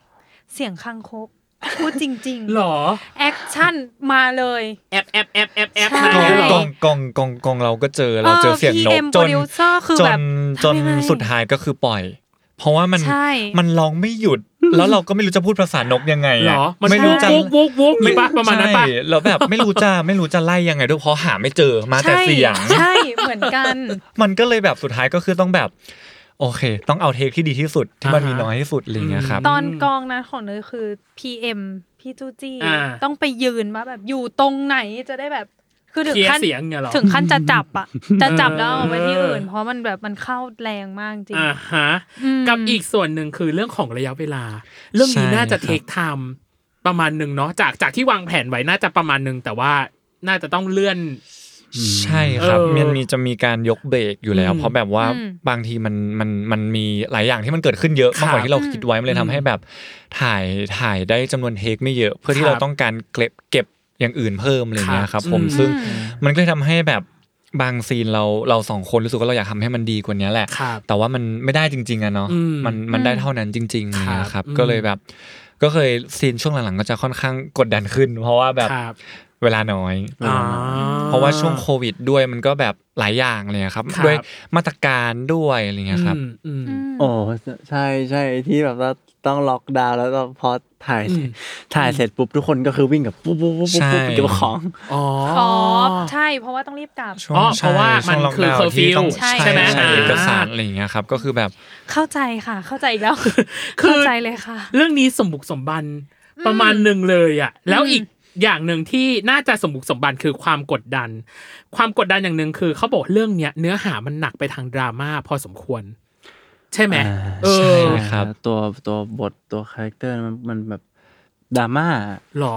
เสียงคังคกพูดจริง หรอ ๆแอคชั่นมาเลย แอปแอปแอปแอปแอป ใช่ นะ กอง ใช่ กองกองกองกองเราก็เจอเราเจอเสียงนก เอ็ม จ โปร น ดิวเซอร์คือ จ แบ น บ จน ทำยังไง สุดท้ายก็คือปล่อย เพราะว่ามัน ใช่ มันร้องไม่หยุด แล้วเราก็ไม่รู้จะพูดภาษานกยังไงะ หรอ มัน ไม่รู้จะ วกวกวกมีปะประมาณนั้นปะ ใช่แล้วแบบไม่รู้จะไม่รู้จะไล่ยังไงด้วยเพราะหาไม่เจอมาแต่ ใช่ เสียง ใช่เหมือนกัน มันก็เลยแบบสุดท้ายก็คือต้องแบบ โอเค ต้องเอาเทคที่ดีที่สุดที่มันมีน้อยที่สุดอะไรอย่างเงี้ยครับ ตอนกองนะของเนยคือ PM พี่จูจี้ อ่า ต้องไปยืนมาแบบอยู่ตรงไหนจะได้แบบคือถึ เค ง ลีย ขั้น ร์เสียงเนี่ยหรอ ถึงขั้นจะจับอ่ะ จะจับแล้วเอาไว้ที่ เอออื่ อื่น เพราะมันแบบมันเข้าแรงมากจริง อ่าฮะ อืม กับอีกส่วนหนึ่งคือเรื่องของระยะเวลา เรื่องนี้น่าจะเทคไทม์ประมาณหนึ่งเนาะจากจากที่วางแผนไว้น่าจะประมาณหนึ่งแต่ว่าน่าจะต้องเลื่อน ใช่ครับ เออ มันมีจะมีการยกเบรกอยู่แล้ว อืม เพราะแบบว่า อืม บางทีมันมันมันมีหลายอย่างที่มันเกิดขึ้นเยอะมากกว่าที่เราคิดไว้มันเลยทำให้แบบถ่ายถ่ายได้จำนวนเทคไม่เยอะเพื่คอรั ที่ บ เราต้องการเก็บเก็บอย่างอื่นเพิ่มอะไรอย่างเงี้ย ค ค รั รับ บ ผม อืม ซึ่งมันก็เลยทำให้แบบบางซีนเราเราสองคนรู้สึกว่าเราอยากทำให้มันดีกว่านี้แหละ ครับ แต่ว่ามันไม่ได้จริงๆอะเนาะ อืม มันมันได้เท่านั้นจริงๆ ครับ อย่างเงี้ยครับ อืม ก็เลยแบบ ก็เคยซีนช่วงหลังๆก็จะค่อนข้างกดดันขึ้น เพราะว่าแบบ ครับ เวลาน้อย อ๋อ เพราะว่าช่วงโควิดด้วยมันก็แบบหลายอย่างเลยครับ ครับ ด้วยมาตรการด้วยอะไรเงี้ยครับ อืมอืม โอ้ใช่ใช่ที่แบบว่าต้องล็อกดาวน์แล้วก็พอถ่าย อืม ถ่ายเสร็จปุ๊บทุกคนก็คือวิ่งกับปุ๊บปุ๊บปุ๊บปุ๊บปุ๊บ ใช่ เก็บของ อ๋อ ขอใช่เพราะว่าต้องรีบกลับ ช่วง อ๋อ ใช่ เพราะว่ามัน ช่วงคือล็กดาวน์ curfew ที่ต้อง ใช่ ใช่ ไหม ใช่ อ่า เอกสารอะไรเงี้ยครับ ก็คือแบบ เข้าใจค่ะ เข้าใจอีกแล้ว คือ เข้าใจเลยค่ะ เรื่องนี้สมบุกสมบันประมาณหนึ่งเลยอ่ะ แล้วอีกอย่างหนึ่งที่น่าจะสมบุกสมบันคือความกดดัน ความกดดันอย่างหนึ่งคือเขาบอกเรื่องเนี้ยเนื้อหามันหนักไปทางดราม่าพอสมควร ใช่ไหม อ่า เอ ใช่ อ ครับ ตัวตัวบทตัวคาแรคเตอร์มันมันแบบดราม่า หรอ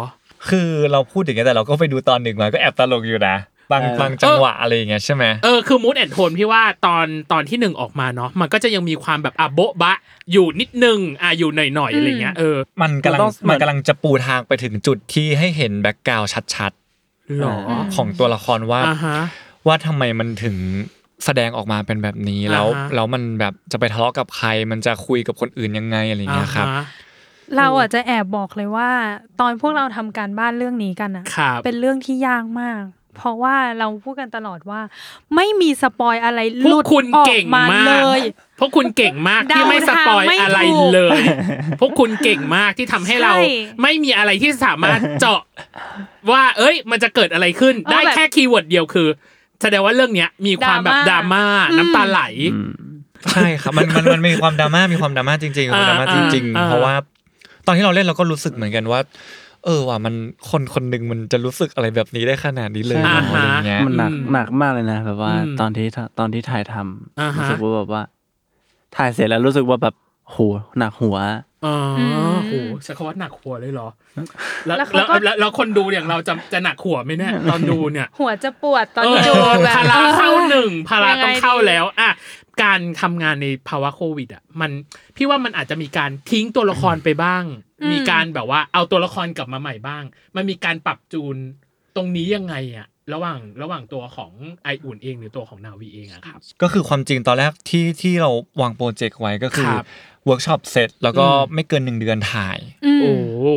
คือเราพูดอย่างเงี้ยแต่เราก็ไปดูตอนหนึ่งมาก็แอบตลกอยู่นะ บาง เออ บางจังหวะอะไรอย่างเงี้ยใช่ไหม เออคือมูดแอนโทนพี่ว่าตอนตอนที่หนึ่งออกมาเนาะมันก็จะยังมีความแบบอ่ะโบ๊ะบะ อยู่นิดนึงอ่ะอยู่หน่อยๆอะไรเงี้ยเออ มันกำมัลันต้องงเหมื มั อน น กำลังจะปูทางไปถึงจุดที่ให้เห็นแบ็กกราวชัด หรอ ๆ ของตัวละครว่า อ่าฮะ ว่าทำไมมันถึงแสดงออกมาเป็นแบบนี้แล้ว อ่าฮะ แล้วมันแบบจะไปทะเลาะกับใคร มันจะคุยกับคนอื่นยังไงอะไรอย่างเงี้ยครับ อ่าฮะ เราอาจจะแอบบอกเลยว่า ตอนพวกเราทำการบ้านเรื่องนี้กันอะ ครับ เป็นเรื่องที่ยากมาก เพราะว่าเราพูดกันตลอดว่า ไม่มีสปอยอะไรห พว ลุ ก ด คุณ ออ เก่ ก ง มาม าก เลย พวกคุณเก่งมาก เดา ที่ไม่สปอย ทางไม่ อะไร ถูก เลย พวกคุณเก่งมากที่ทำให้เรา ใช่ ไม่มีอะไรที่สามารถเจาะ ว่า เอ้ย มันจะเกิดอะไรขึ้น เออ ได้ แบบ แค่คีย์เวิร์ดเดียวคือ แสดงว่าเรื่องเนี้ยมีความแบบด ด รา รา ม่า ม่า น้ำตาไหล ใช่ครับมันมันมันมีความดราม่ามีความดราม่าจริงๆมีความดราม่าจริง อ่า ๆ อ่า เพราะว่า ตอนที่เราเล่นเราก็รู้สึกเหมือนกันว่า เออว่ะมันคนคนหนึ่งมันจะรู้สึกอะไรแบบนี้ได้ขนาดนี้เลยเหรอ อ่า อะไร ฮะ อย่างเงี้ย มันหนัก อืม หนักมากเลยนะแบบว่า อืม ตอนที่ถตอนที่ถ่ายทำ อ่าฮะ รู้สึกว่าแบบว่า ถ่ายเสร็จแล้วรู้สึกว่าแบบโหหนักหัว อ๋ออ ม โหใช้คำว่าหนักหัวเลยเหรอ แล้ว แล้วเขา แล้ว ก็ แล้วแล้วคนดูอย่างเราจะจะหนักหัวไหมเนี่ยตอนดูเนี่ย หัวจะปวดตอนที่ เ ดูแบบ ภาระเข้าหนึ่งภาระ ยังไง ต้องเข้า ดี แล้วอ่ะการทำงานในภาวะโควิดอ่ะมันพี่ว่ามันอาจจะมีการทิ้งตัวละครไปบ้าง มีการแบบว่าเอาตัวละครกลับมาใหม่บ้าง มันมีการปรับจูนตรงนี้ยังไงอ่ะระหว่างระหว่างตัวของไออุ่นเองหรือตัวของนาวีเองอะครับ ก็คือความจริงตอนแรกที่ที่เราวางโปรเจกต์ไว้ก็คือ ครับ เวิร์กช็อปเสร็จแล้วก็ไม่เกินหนึ่งเดือนถ่าย อืม โอ้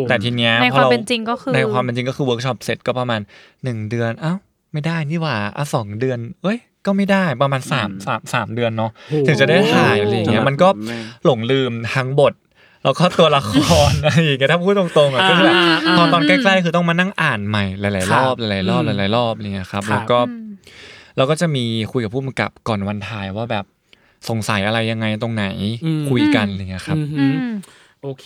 แต่ทีเนี้ย ใน พ ความ อ เป็นจริงก็คือ ในความเป็นจริงก็คือเวิร์กช็อปเสร็จก็ประมาณหนึ่งเดือนเอ้าไม่ได้นี่หว่าอ่ะสองเดือน เอ้ย ก็ไม่ได้ประมาณสามสามสามเดือนเนาะถึงจะได้ถ่ายอะไรอย่างเงี้ย โอ้โห มันก็หลงลืมทั้งบท แล้วก็ตัวละคร อะไรอย่างเงี้ยถ้าพูดตรงๆอ่ะก็คือแบบ า ตอนตอนใกล้ๆคือต้องมานั่งอ่านใหม่หลาย ค ๆ รั ร บ อบหลายๆรอบ อื ห ม ลายๆรอบอะไรเงี้ยครับ ครับ แล้วก็เราก็จะมีคุยกับผู้กำกับก่อนวันถ่ายว่าแบบสงสัยอะไรยังไงตรงไหนคุยกันอะไรเงี้ยครับ อือหื อื อ ม โอเค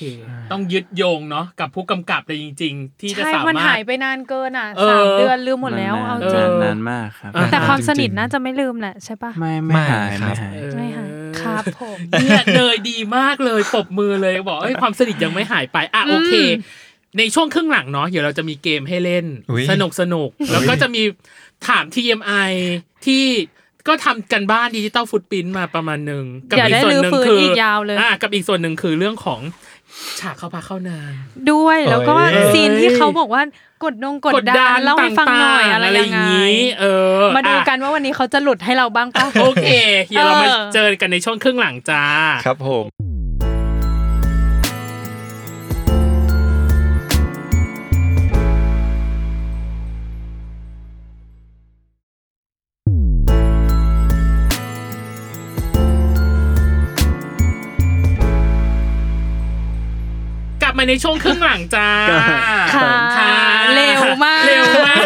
ต้องยึดโยงเนาะกับผู้กำกับเลยจริง ๆ ที่จะ ใช่ สา มัน มาร หา ถ ยไปนานเกินอ่ะ เออ สามเดือนลืมหมดแล้ว นน เอาจริง นานมากครับ เออ แต่ความ จริงๆ สนิทน่าจะไม่ลืมแหละใช่ปะ ไม่ ไม่ ไม่หาย ครับ ไม่หาย ไม่หาย เออ ครับผม เนี่ยเนยดีมากเลยปรบมือเลยบอกเอ้ยความสนิทยังไม่หายไปอ่ะโอเค ในช่วงครึ่งหลังเนาะเดี๋ยวเราจะมีเกมให้เล่น อุ๊ย สนุกสนุกแล้วก็จะมีถาม TMI ที่ก็ทำกันบ้านดิจิตอลฟุตปรินมาประมาณหนึ่งกั อย่า อีก ได้ ส่วน ลือ หนึ่ง ฟื้น คือ อีอยกาวเลย อ่ะกับอีกส่วนหนึ่งคือเรื่องของฉากเข้าพาเข้านาง ด้วยแล้วก็ เอ้ย ซีนที่เขาบอกว่ากดนงกดดันเล่าให้ฟังหน่อย ต่างๆ อะไรยังไง เออ มาดูกั อ่ะ นว่าวันนี้เขาจะหลุดให้เราบ้างปะ โอเคเดี๋ยวเรามา เออ เจอกันในช่วงครึ่งหลังจ้า ครับผม กลับมาในช่วงครึ่งหลังจ้า ค่ะเร็วมาก เร็วมาก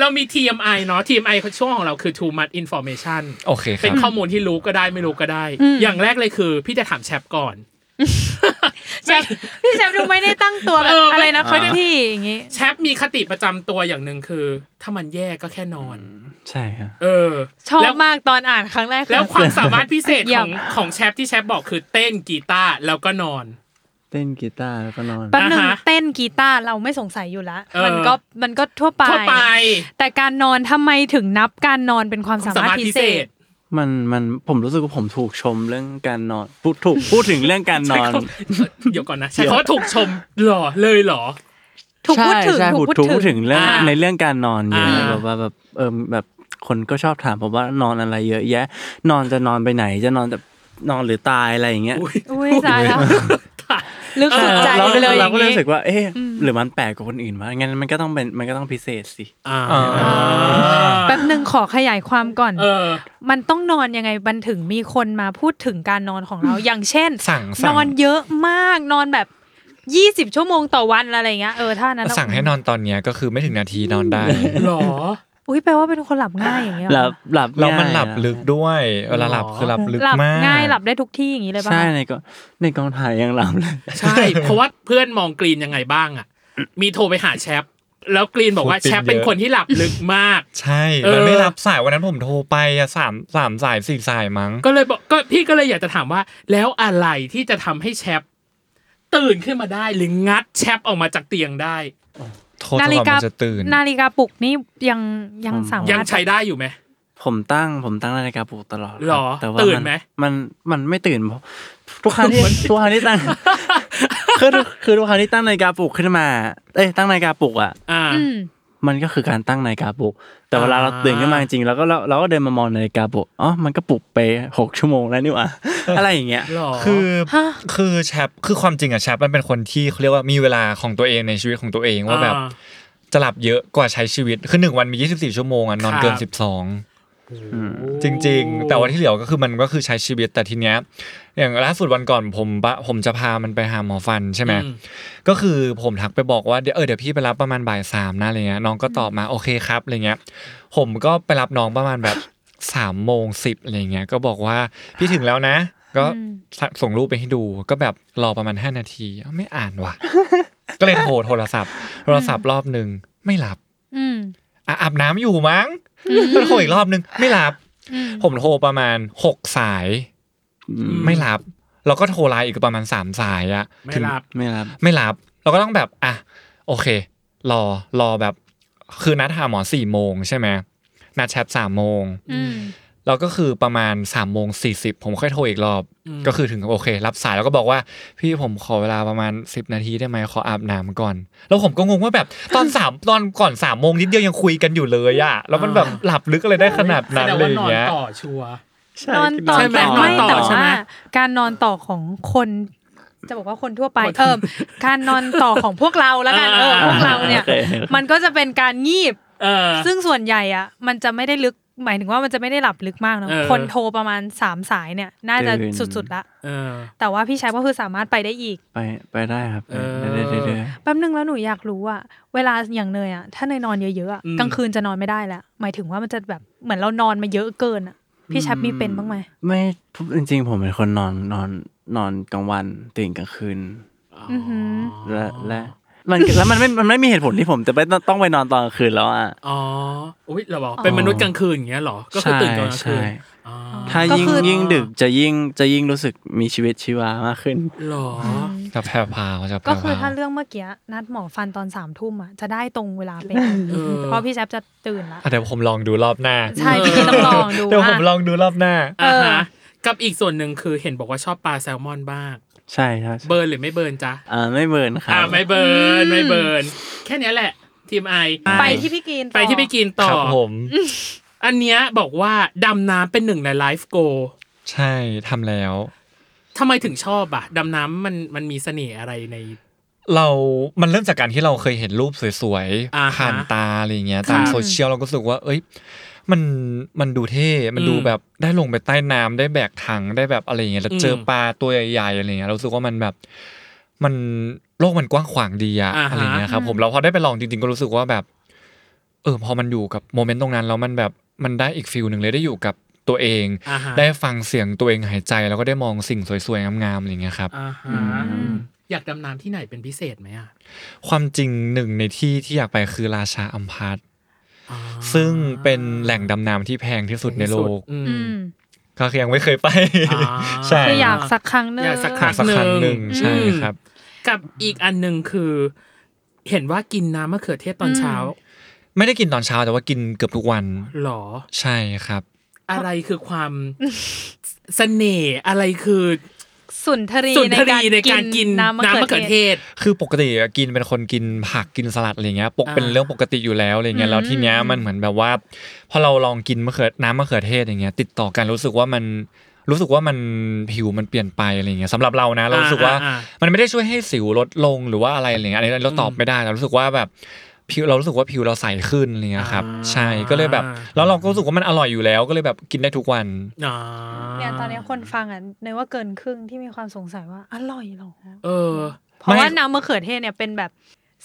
เรามี TMI เนาะ TMI ช่วงของเราคือ too much information โอเคค เป็น รับ ข้อมูลที่รู้ก็ได้ไม่รู้ก็ได้ อย่างแรกเลยคือ พี่จะถามแชปก่อน แชมป์พี่แชมป์ดูไม่ได้ตั้งตัวแบบ เออไม่ อะไรนะคนที่อย่างงี้ แชปมีคติประจำตัวอย่างหนึ่งคือ ถ้ามันแย่ก็แค่นอน ใช่ครับ เออ ชอบ แล้ว มากตอนอ่านครั้งแรก แล้วความสามารถพิเศษ เยี่ยขอ ม งของแชปที่แชปบอกคือเต้นกีตาร์แล้วก็นอน เต้นกีตาร์แล้วก็นอน แป๊บนึง อ่าฮะ เต้นกีตาร์เราไม่สงสัยอยู่ละ เออ มันก็มันก็ทั่วไป ทั่วไป แต่การนอนทำไมถึงนับการนอนเป็นความสามารถพิเศษ มันมันผมรู้สึกว่าผมถูกชมเรื่องการนอนพูดถูกพูดถึงเรื่องการนอน เดี๋ยวก่อนนะใช่เขาถูกชมหรอเลยเหรอ ถูกพูดถึง ใช่ใช่ ถูก ถูก พู พู ด ด ถึ ถึ ง งเรื่อง อ่า ในเรื่องการนอนเยอะ อ่า แบบว่าแบบเออแบบคนก็ชอบถามผมว่านอนอะไรเยอะแยะ นอนจะนอนไปไหนจะนอนแบบนอนหรือตายอะไรอย่างเงี้ย อุ้ยตายแล้ว ลึก เออ สุดใจ เรา ไปเลยอ เรา ย่าง ก็ งี้ รู้สึกว่า เอ๊ะหรือมันแปลกกว่าคนอื่นวะงั้นมันก็ต้องเป็นมันก็ต้องพิเศษสิ อ่า แป๊บหนึ่งขอขยายความก่อน เออ มันต้องนอนยังไงมันถึงมีคนมาพูดถึงการนอนของเรา อย่างเช่น สั่ง น สั่ง อนเยอะมากนอนแบบ 20 ชั่วโมงต่อวันอะไรเงี้ยเออถ้านั้นอะ สั่งให้นอนตอนเนี้ยก็คือไม่ถึงนาทีนอนได้ หรอ อุ้ยแปลว่าเป็นคนหลับง่ายอย่างเงี้ย หลับหลับ แล้วมัน ง่าย หลับลึกด้วยเวลาหลับ หรอ คือหลับลึก หลั มาก ง่ายหลับได้ทุกที่อย่างนี้เลยป่ะ ใช่ในกองในกองถ่ายยังหลับเลย ใช่ เพราะว่าเพื่อนมองกรีนยังไงบ้างอ่ะ มีโทรไปหาแชป แล้วกรีนบอกว่า โทรติด แชปเป็น เยอะ คนที่หลับลึกมาก ใช่ เออ มันไม่รับสายวันนั้นผมโทรไปอะสามสามสายสี่สายมั้ง ก็เลยบอกก็พี่ก็เลยอยากจะถามว่า แล้วอะไรที่จะทำให้แชป ตื่นขึ้นมาได้หรืองัดแชปออกมาจากเตียงได้ โทษจังหวะมันจะตื่น นาฬิกาปลุกนี่ยังยัง ผม สามารถ ยังใช้ได้อยู่ไหม ผมตั้งผมตั้งนาฬิกาปลุกตลอดคบ หรอ แต่ว่า ตื่นไหม มันมันไม่ตื่นเพราะทุกครั้งที่ ทุกครั้งที่ตั้งคือคือทุกครั้งที่ตั้งนาฬิกาปลุกขึ้นมา เอ้ยตั้งนาฬิกาปลุกอ่ะ อ่า อืม มันก็คือการตั้งนาฬิกาปลุก แต่เวลาเรา อ่า ตื่นขึ้นมาจริงๆแล้วก็เราเราก็เดินมามองนาฬิกาปลุก อ๋อ มันก็ปลุกไปหกชั่วโมงแล้วนี่หว่า อะไรอย่างเงี้ย หรอ คือ ฮะ คือแชปคือความจริงอะแชปมันเป็นคนที่เขาเรียกว่ามีเวลาของตัวเองในชีวิตของตัวเองว่าแบบจะหลับเยอะกว่าใช้ชีวิตคือหนึ่งวันมี 24 ชั่วโมงอะนอนเกิน ครับ 12 จริง ๆ แต่ว่าที่เหลือก็คือมันก็คือใช้ชีวิตแต่ทีเนี้ยอย่างล่าสุดวันก่อนผมปะผมจะพามันไปหาหมอฟันใช่ไหม อืม ก็คือผมทักไปบอกว่าเดี๋ยวเออเดี๋ยวพี่ไปรับประมาณบ่ายสามนะอะไรเงี้ยน้องก็ตอบมาโอเคครับอะไรเงี้ย ผมก็ไปรับน้องประมาณแบบสามโมงสิบอะไรเงี้ยก็บอกว่าพี่ถึงแล้วนะ ก็ส่งรูปไปให้ดูก็แบบรอประมาณห้านาทีเอ้าไม่อ่านว่ะ ก็เลยโทรโทรศัพท์ โทรศัพท์รอบหนึ่งไม่รับ อืม อ่ะอาบน้ำอยู่มั้งก็โทรอีกรอบนึงไม่รับ ผมโทรประมาณหกสาย ไม่รับเราก็โทรไลน์อีกประมาณสามสายอะ ไม่ ถึง รับ ไม่รับ ไม่รับ เราก็ต้องแบบอ่ะโอเค รอรอแบบคือนัดหาหมอสี่โมงใช่ไหมนัดแชทสามโมง อืม เราก็คือประมาณสามโมงสี่สิบผมค่อยโทรอีกรอบ ก็คือถึงโอเค รับสายแล้วก็บอกว่าพี่ผมขอเวลาประมาณสิบนาทีได้ไหมขออาบน้ำก่อน แล้วผมก็งงว่าแบบตอน สามตอนก่อนสามโมงนิดเดียวยังคุยกันอยู่เลยอะแล้วมันแบบหลับลึกอะไรได้ขนาดนั้น แส อะ ด ไรง อย่าว่านองน เงี้ย ต่อชัวร์ นอนต่อ ใช่ไหม แต่ไม่ นอนต่อ แต่ ใช่ไหม ว่าการนอนต่อของคน จะบอกว่าคนทั่วไปเออการนอนต่อของพวกเราแล้วกันเออพอ่าวกเราเนี่ย โอเค มันก็จะเป็นการงีบ เออ ซึ่งส่วนใหญ่อ่ะ มันจะไม่ได้ลึกหมายถึงว่ามันจะไม่ได้หลับลึกมากเนาะ เออ คนโทรประมาณสามสายเนี่ย น่าจะ ตื่น สุดๆละ เออ แต่ว่าพี่ชายก็คือสามารถไปได้อีก ไปไปได้ครับ เออ ไปได้เรื่อย แป๊บนึงแล้วหนูอยากรู้อะเวลาอย่างเนยอะถ้าเนยนอนเยอะๆอะ อืม กลางคืนจะนอนไม่ได้แล้วหมายถึงว่ามันจะแบบเหมือนเรานอนมาเยอะเกินอะพี่ชับมีเป็นบ้างไหม ๆไม่จริง ๆ ผมเป็นคนนอนนอนนอนกลางวันตื่นกลางคืน อือหือ และและมันแล้วมันไม่มันไม่มีเหตุผลที่ผมจะไปต้องต้องไปนอนตอนกลางคืนแล้วอ่ะ อ๋ออุ้ยเราบอกเป็นมนุษย์กลางคืนอย่างเงี้ยเหรอ ก็คือ ใช่ ตื่นตอนกลางคืน ใช่ อ๋อ ถ้ายิ่งยิ่งดึกจะยิ่งจะยิ่งรู้สึกมีชีวิตชีวามากขึ้น เหรอ จะแพรวพราวจะแพร ก็ วพรว คือถ้าเรื่องเมื่อกี้นัดหมอฟันตอนสามทุ่มอะจะได้ตรงเวลาเป็น เออ เพราะพี่ชับจะตื่นละ อ่ะเดี๋ยวผมลองดูรอบหน้า ใช่ พี่ต้องลองดู เดี๋ยวผม อะ ลองดูรอบหน้า เอออ่ ฮะกับอีกส่วนหนึ่งคือเห็นบอกว่าชอบปลาแซลมอนบ้าง ใช่ครับ เบิร์นหรือไม่เบิร์นจ๊ะ อ่าไม่เบิร์นครั อ่า บ ไม่เบิร์นไม่เบิร์นแค่เนี้ยแหละทีมไอ ไปที่พี่กินต่อ ไปที่ไปกินต่อ ครับผม อันเนี้ยบอกว่าดำน้ำเป็นหนึ่งในไลฟ์โก ใช่ทำแล้ว ทำไมถึงชอบอะดำน้ำมันมันมีเสน่ห์อะไรใน เรา มันเริ่มจากการที่เราเคยเห็นรูปสวย อ่าฮะ ๆ ผ่านตาอะไรเงี้คยรับ ตามโซเชียลเราก็รู้สึกว่า เอ้ย มัน มันดูเท่ มันดู อืม แบบได้ลงไปใต้น้ำได้แบกถังได้แบบอะไรเงี้ย แล้วเจออ ม ปลาตัวใหญ่ๆอะไรเงี้ยเรารู้สึกว่ามันแบบ มันโลกมันกว้างขวางดีอะ อ่าฮะ อะไรเงี้ยครับผม แล้วพอได้ไปลองจริงๆ ก็รู้สึกว่าแบบ เออ พอมันอยู่กับโมเมนต์ตรงนั้นแล้วมันแบบ มันได้อีกฟิลหนึ่งเลยได้อยู่กับตัวเอง อ่าฮะ ได้ฟังเสียงตัวเองหายใจแล้วก็ได้มองสิ่งสวยๆ งามๆ อะไรเงี้ยครับ อ่าฮะอยากดำน้ำที่ไหนเป็นพิเศษไหมอะ ความจริงหนึ่งในที่ที่อยากไปคือราชาอัมพาตซึ่งเป็นแหล่งดำน้ำที่แพงที่สุดในโลก อืม อืม ก็คือยังไม่เคยไป อ่า ใช่ คืออยากสักครั้งหนึง อยากสักค หา รั้ สักครั้งหนึ่ง อืม ใช่ครับ กับอีกอันหนึ่งคือ เห็นว่ากินน้ำมะเขือเทศตอนเช้า ไม่ได้กินตอนเช้าแต่ว่ากินเกือบทุกวัน หรอ ใช่ครับ อะไรคือความเสน่ห์อะไรคือ สุนทรี สุนทรีในการกินน้ำมะเขือเทศ คือปกติอะกินเป็นคนกินผักกินสลัดอะไรเงี้ยปก อ่า เป็นเรื่องปกติอยู่แล้วอะไรเงี้ยแล้วทีเนี้ยมันเหมือนแบบว่าพอเราลองกินมะเขือน้ำมะเขือเทศอย่างเงี้ยติดต่อกันรู้สึกว่ามันรู้สึกว่ามันผิวมันเปลี่ยนไปอะไรเงี้ยสำหรับเรานะเรารู้สึกว่า อ่ มันไม่ได้ช่วยให้สิวลดลงหรือว่าอะไรอะไรเงี้ยอันนี้เราตอบไม่ได้เรารู้สึกว่าแบบผิวเรารู้สึกว่าผิวเราใสขึ้นอะไรเงี้ยครับใช่ก็เลยแบบแล้วเราก็รู้สึกว่ามันอร่อยอยู่แล้วก็เลยแบบกินได้ทุกวัน อ่า เนี่ยตอนเนี้ยคนฟังอ่ะเนยว่าเกินครึ่งที่มีความสงสัยว่าอร่อยเหรอ เออ เพราะว่าน้ำมะเขือเทศเนี่ยเป็นแบบ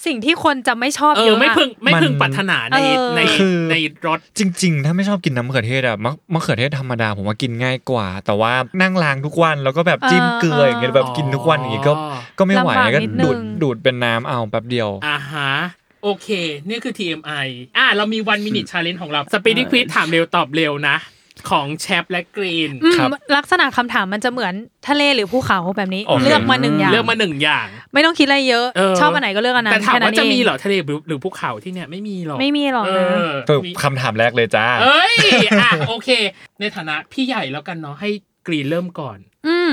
สิ่งที่คนจะไม่ชอบ เอ เย อ อะ ไม่พึง อะ ไม่พึง มัน ปรารถนาใน เออ ใน คือ ในรถ จริง ๆ ถ้าไม่ชอบกินน้ำมะเขือเทศอะมะมะเขือเทศธรรมดาผมว่ากินง่ายกว่า แต่ว่านั่งล้างทุกวันแล้วก็แบบจิ้มเกลืออย่างเงี้ยแบบกินทุกวันอย่างงี้ก็ อ๋อ ก็ไม่ไหว ลำบาก ก็ นิดนึง ดูดดูดเป็นน้ำเอาแป๊บเดียว อ่าฮะโอเค นี่คือ TMI อ่าเรามี one minute challenge ของเรา speedy quiz ถามเร็วตอบเร็วนะ ของแชปและกรีน อืม ครับ ลักษณะคำถามมันจะเหมือนทะเลหรือภูเขาแบบนี้ โอเค เลือกมาหนึ่งอย่าง เลือกมาหนึ่งอย่าง ไม่ต้องคิดอะไรเยอะ เออ ชอบอันไหนก็เลือกอันนั้น แต่ถาม ค่นั้ ว่าน จะมี เง เหรอทะเลหรือหรือภูเขาที่เนี่ยไม่มีหรอก ไม่มีหรอก เอ นะ อ สรุปคำถามแรกเลยจ้า เอ้ยอ่ะโอเค ในฐานะพี่ใหญ่แล้วกันเนาะให้กรีนเริ่มก่อน อืม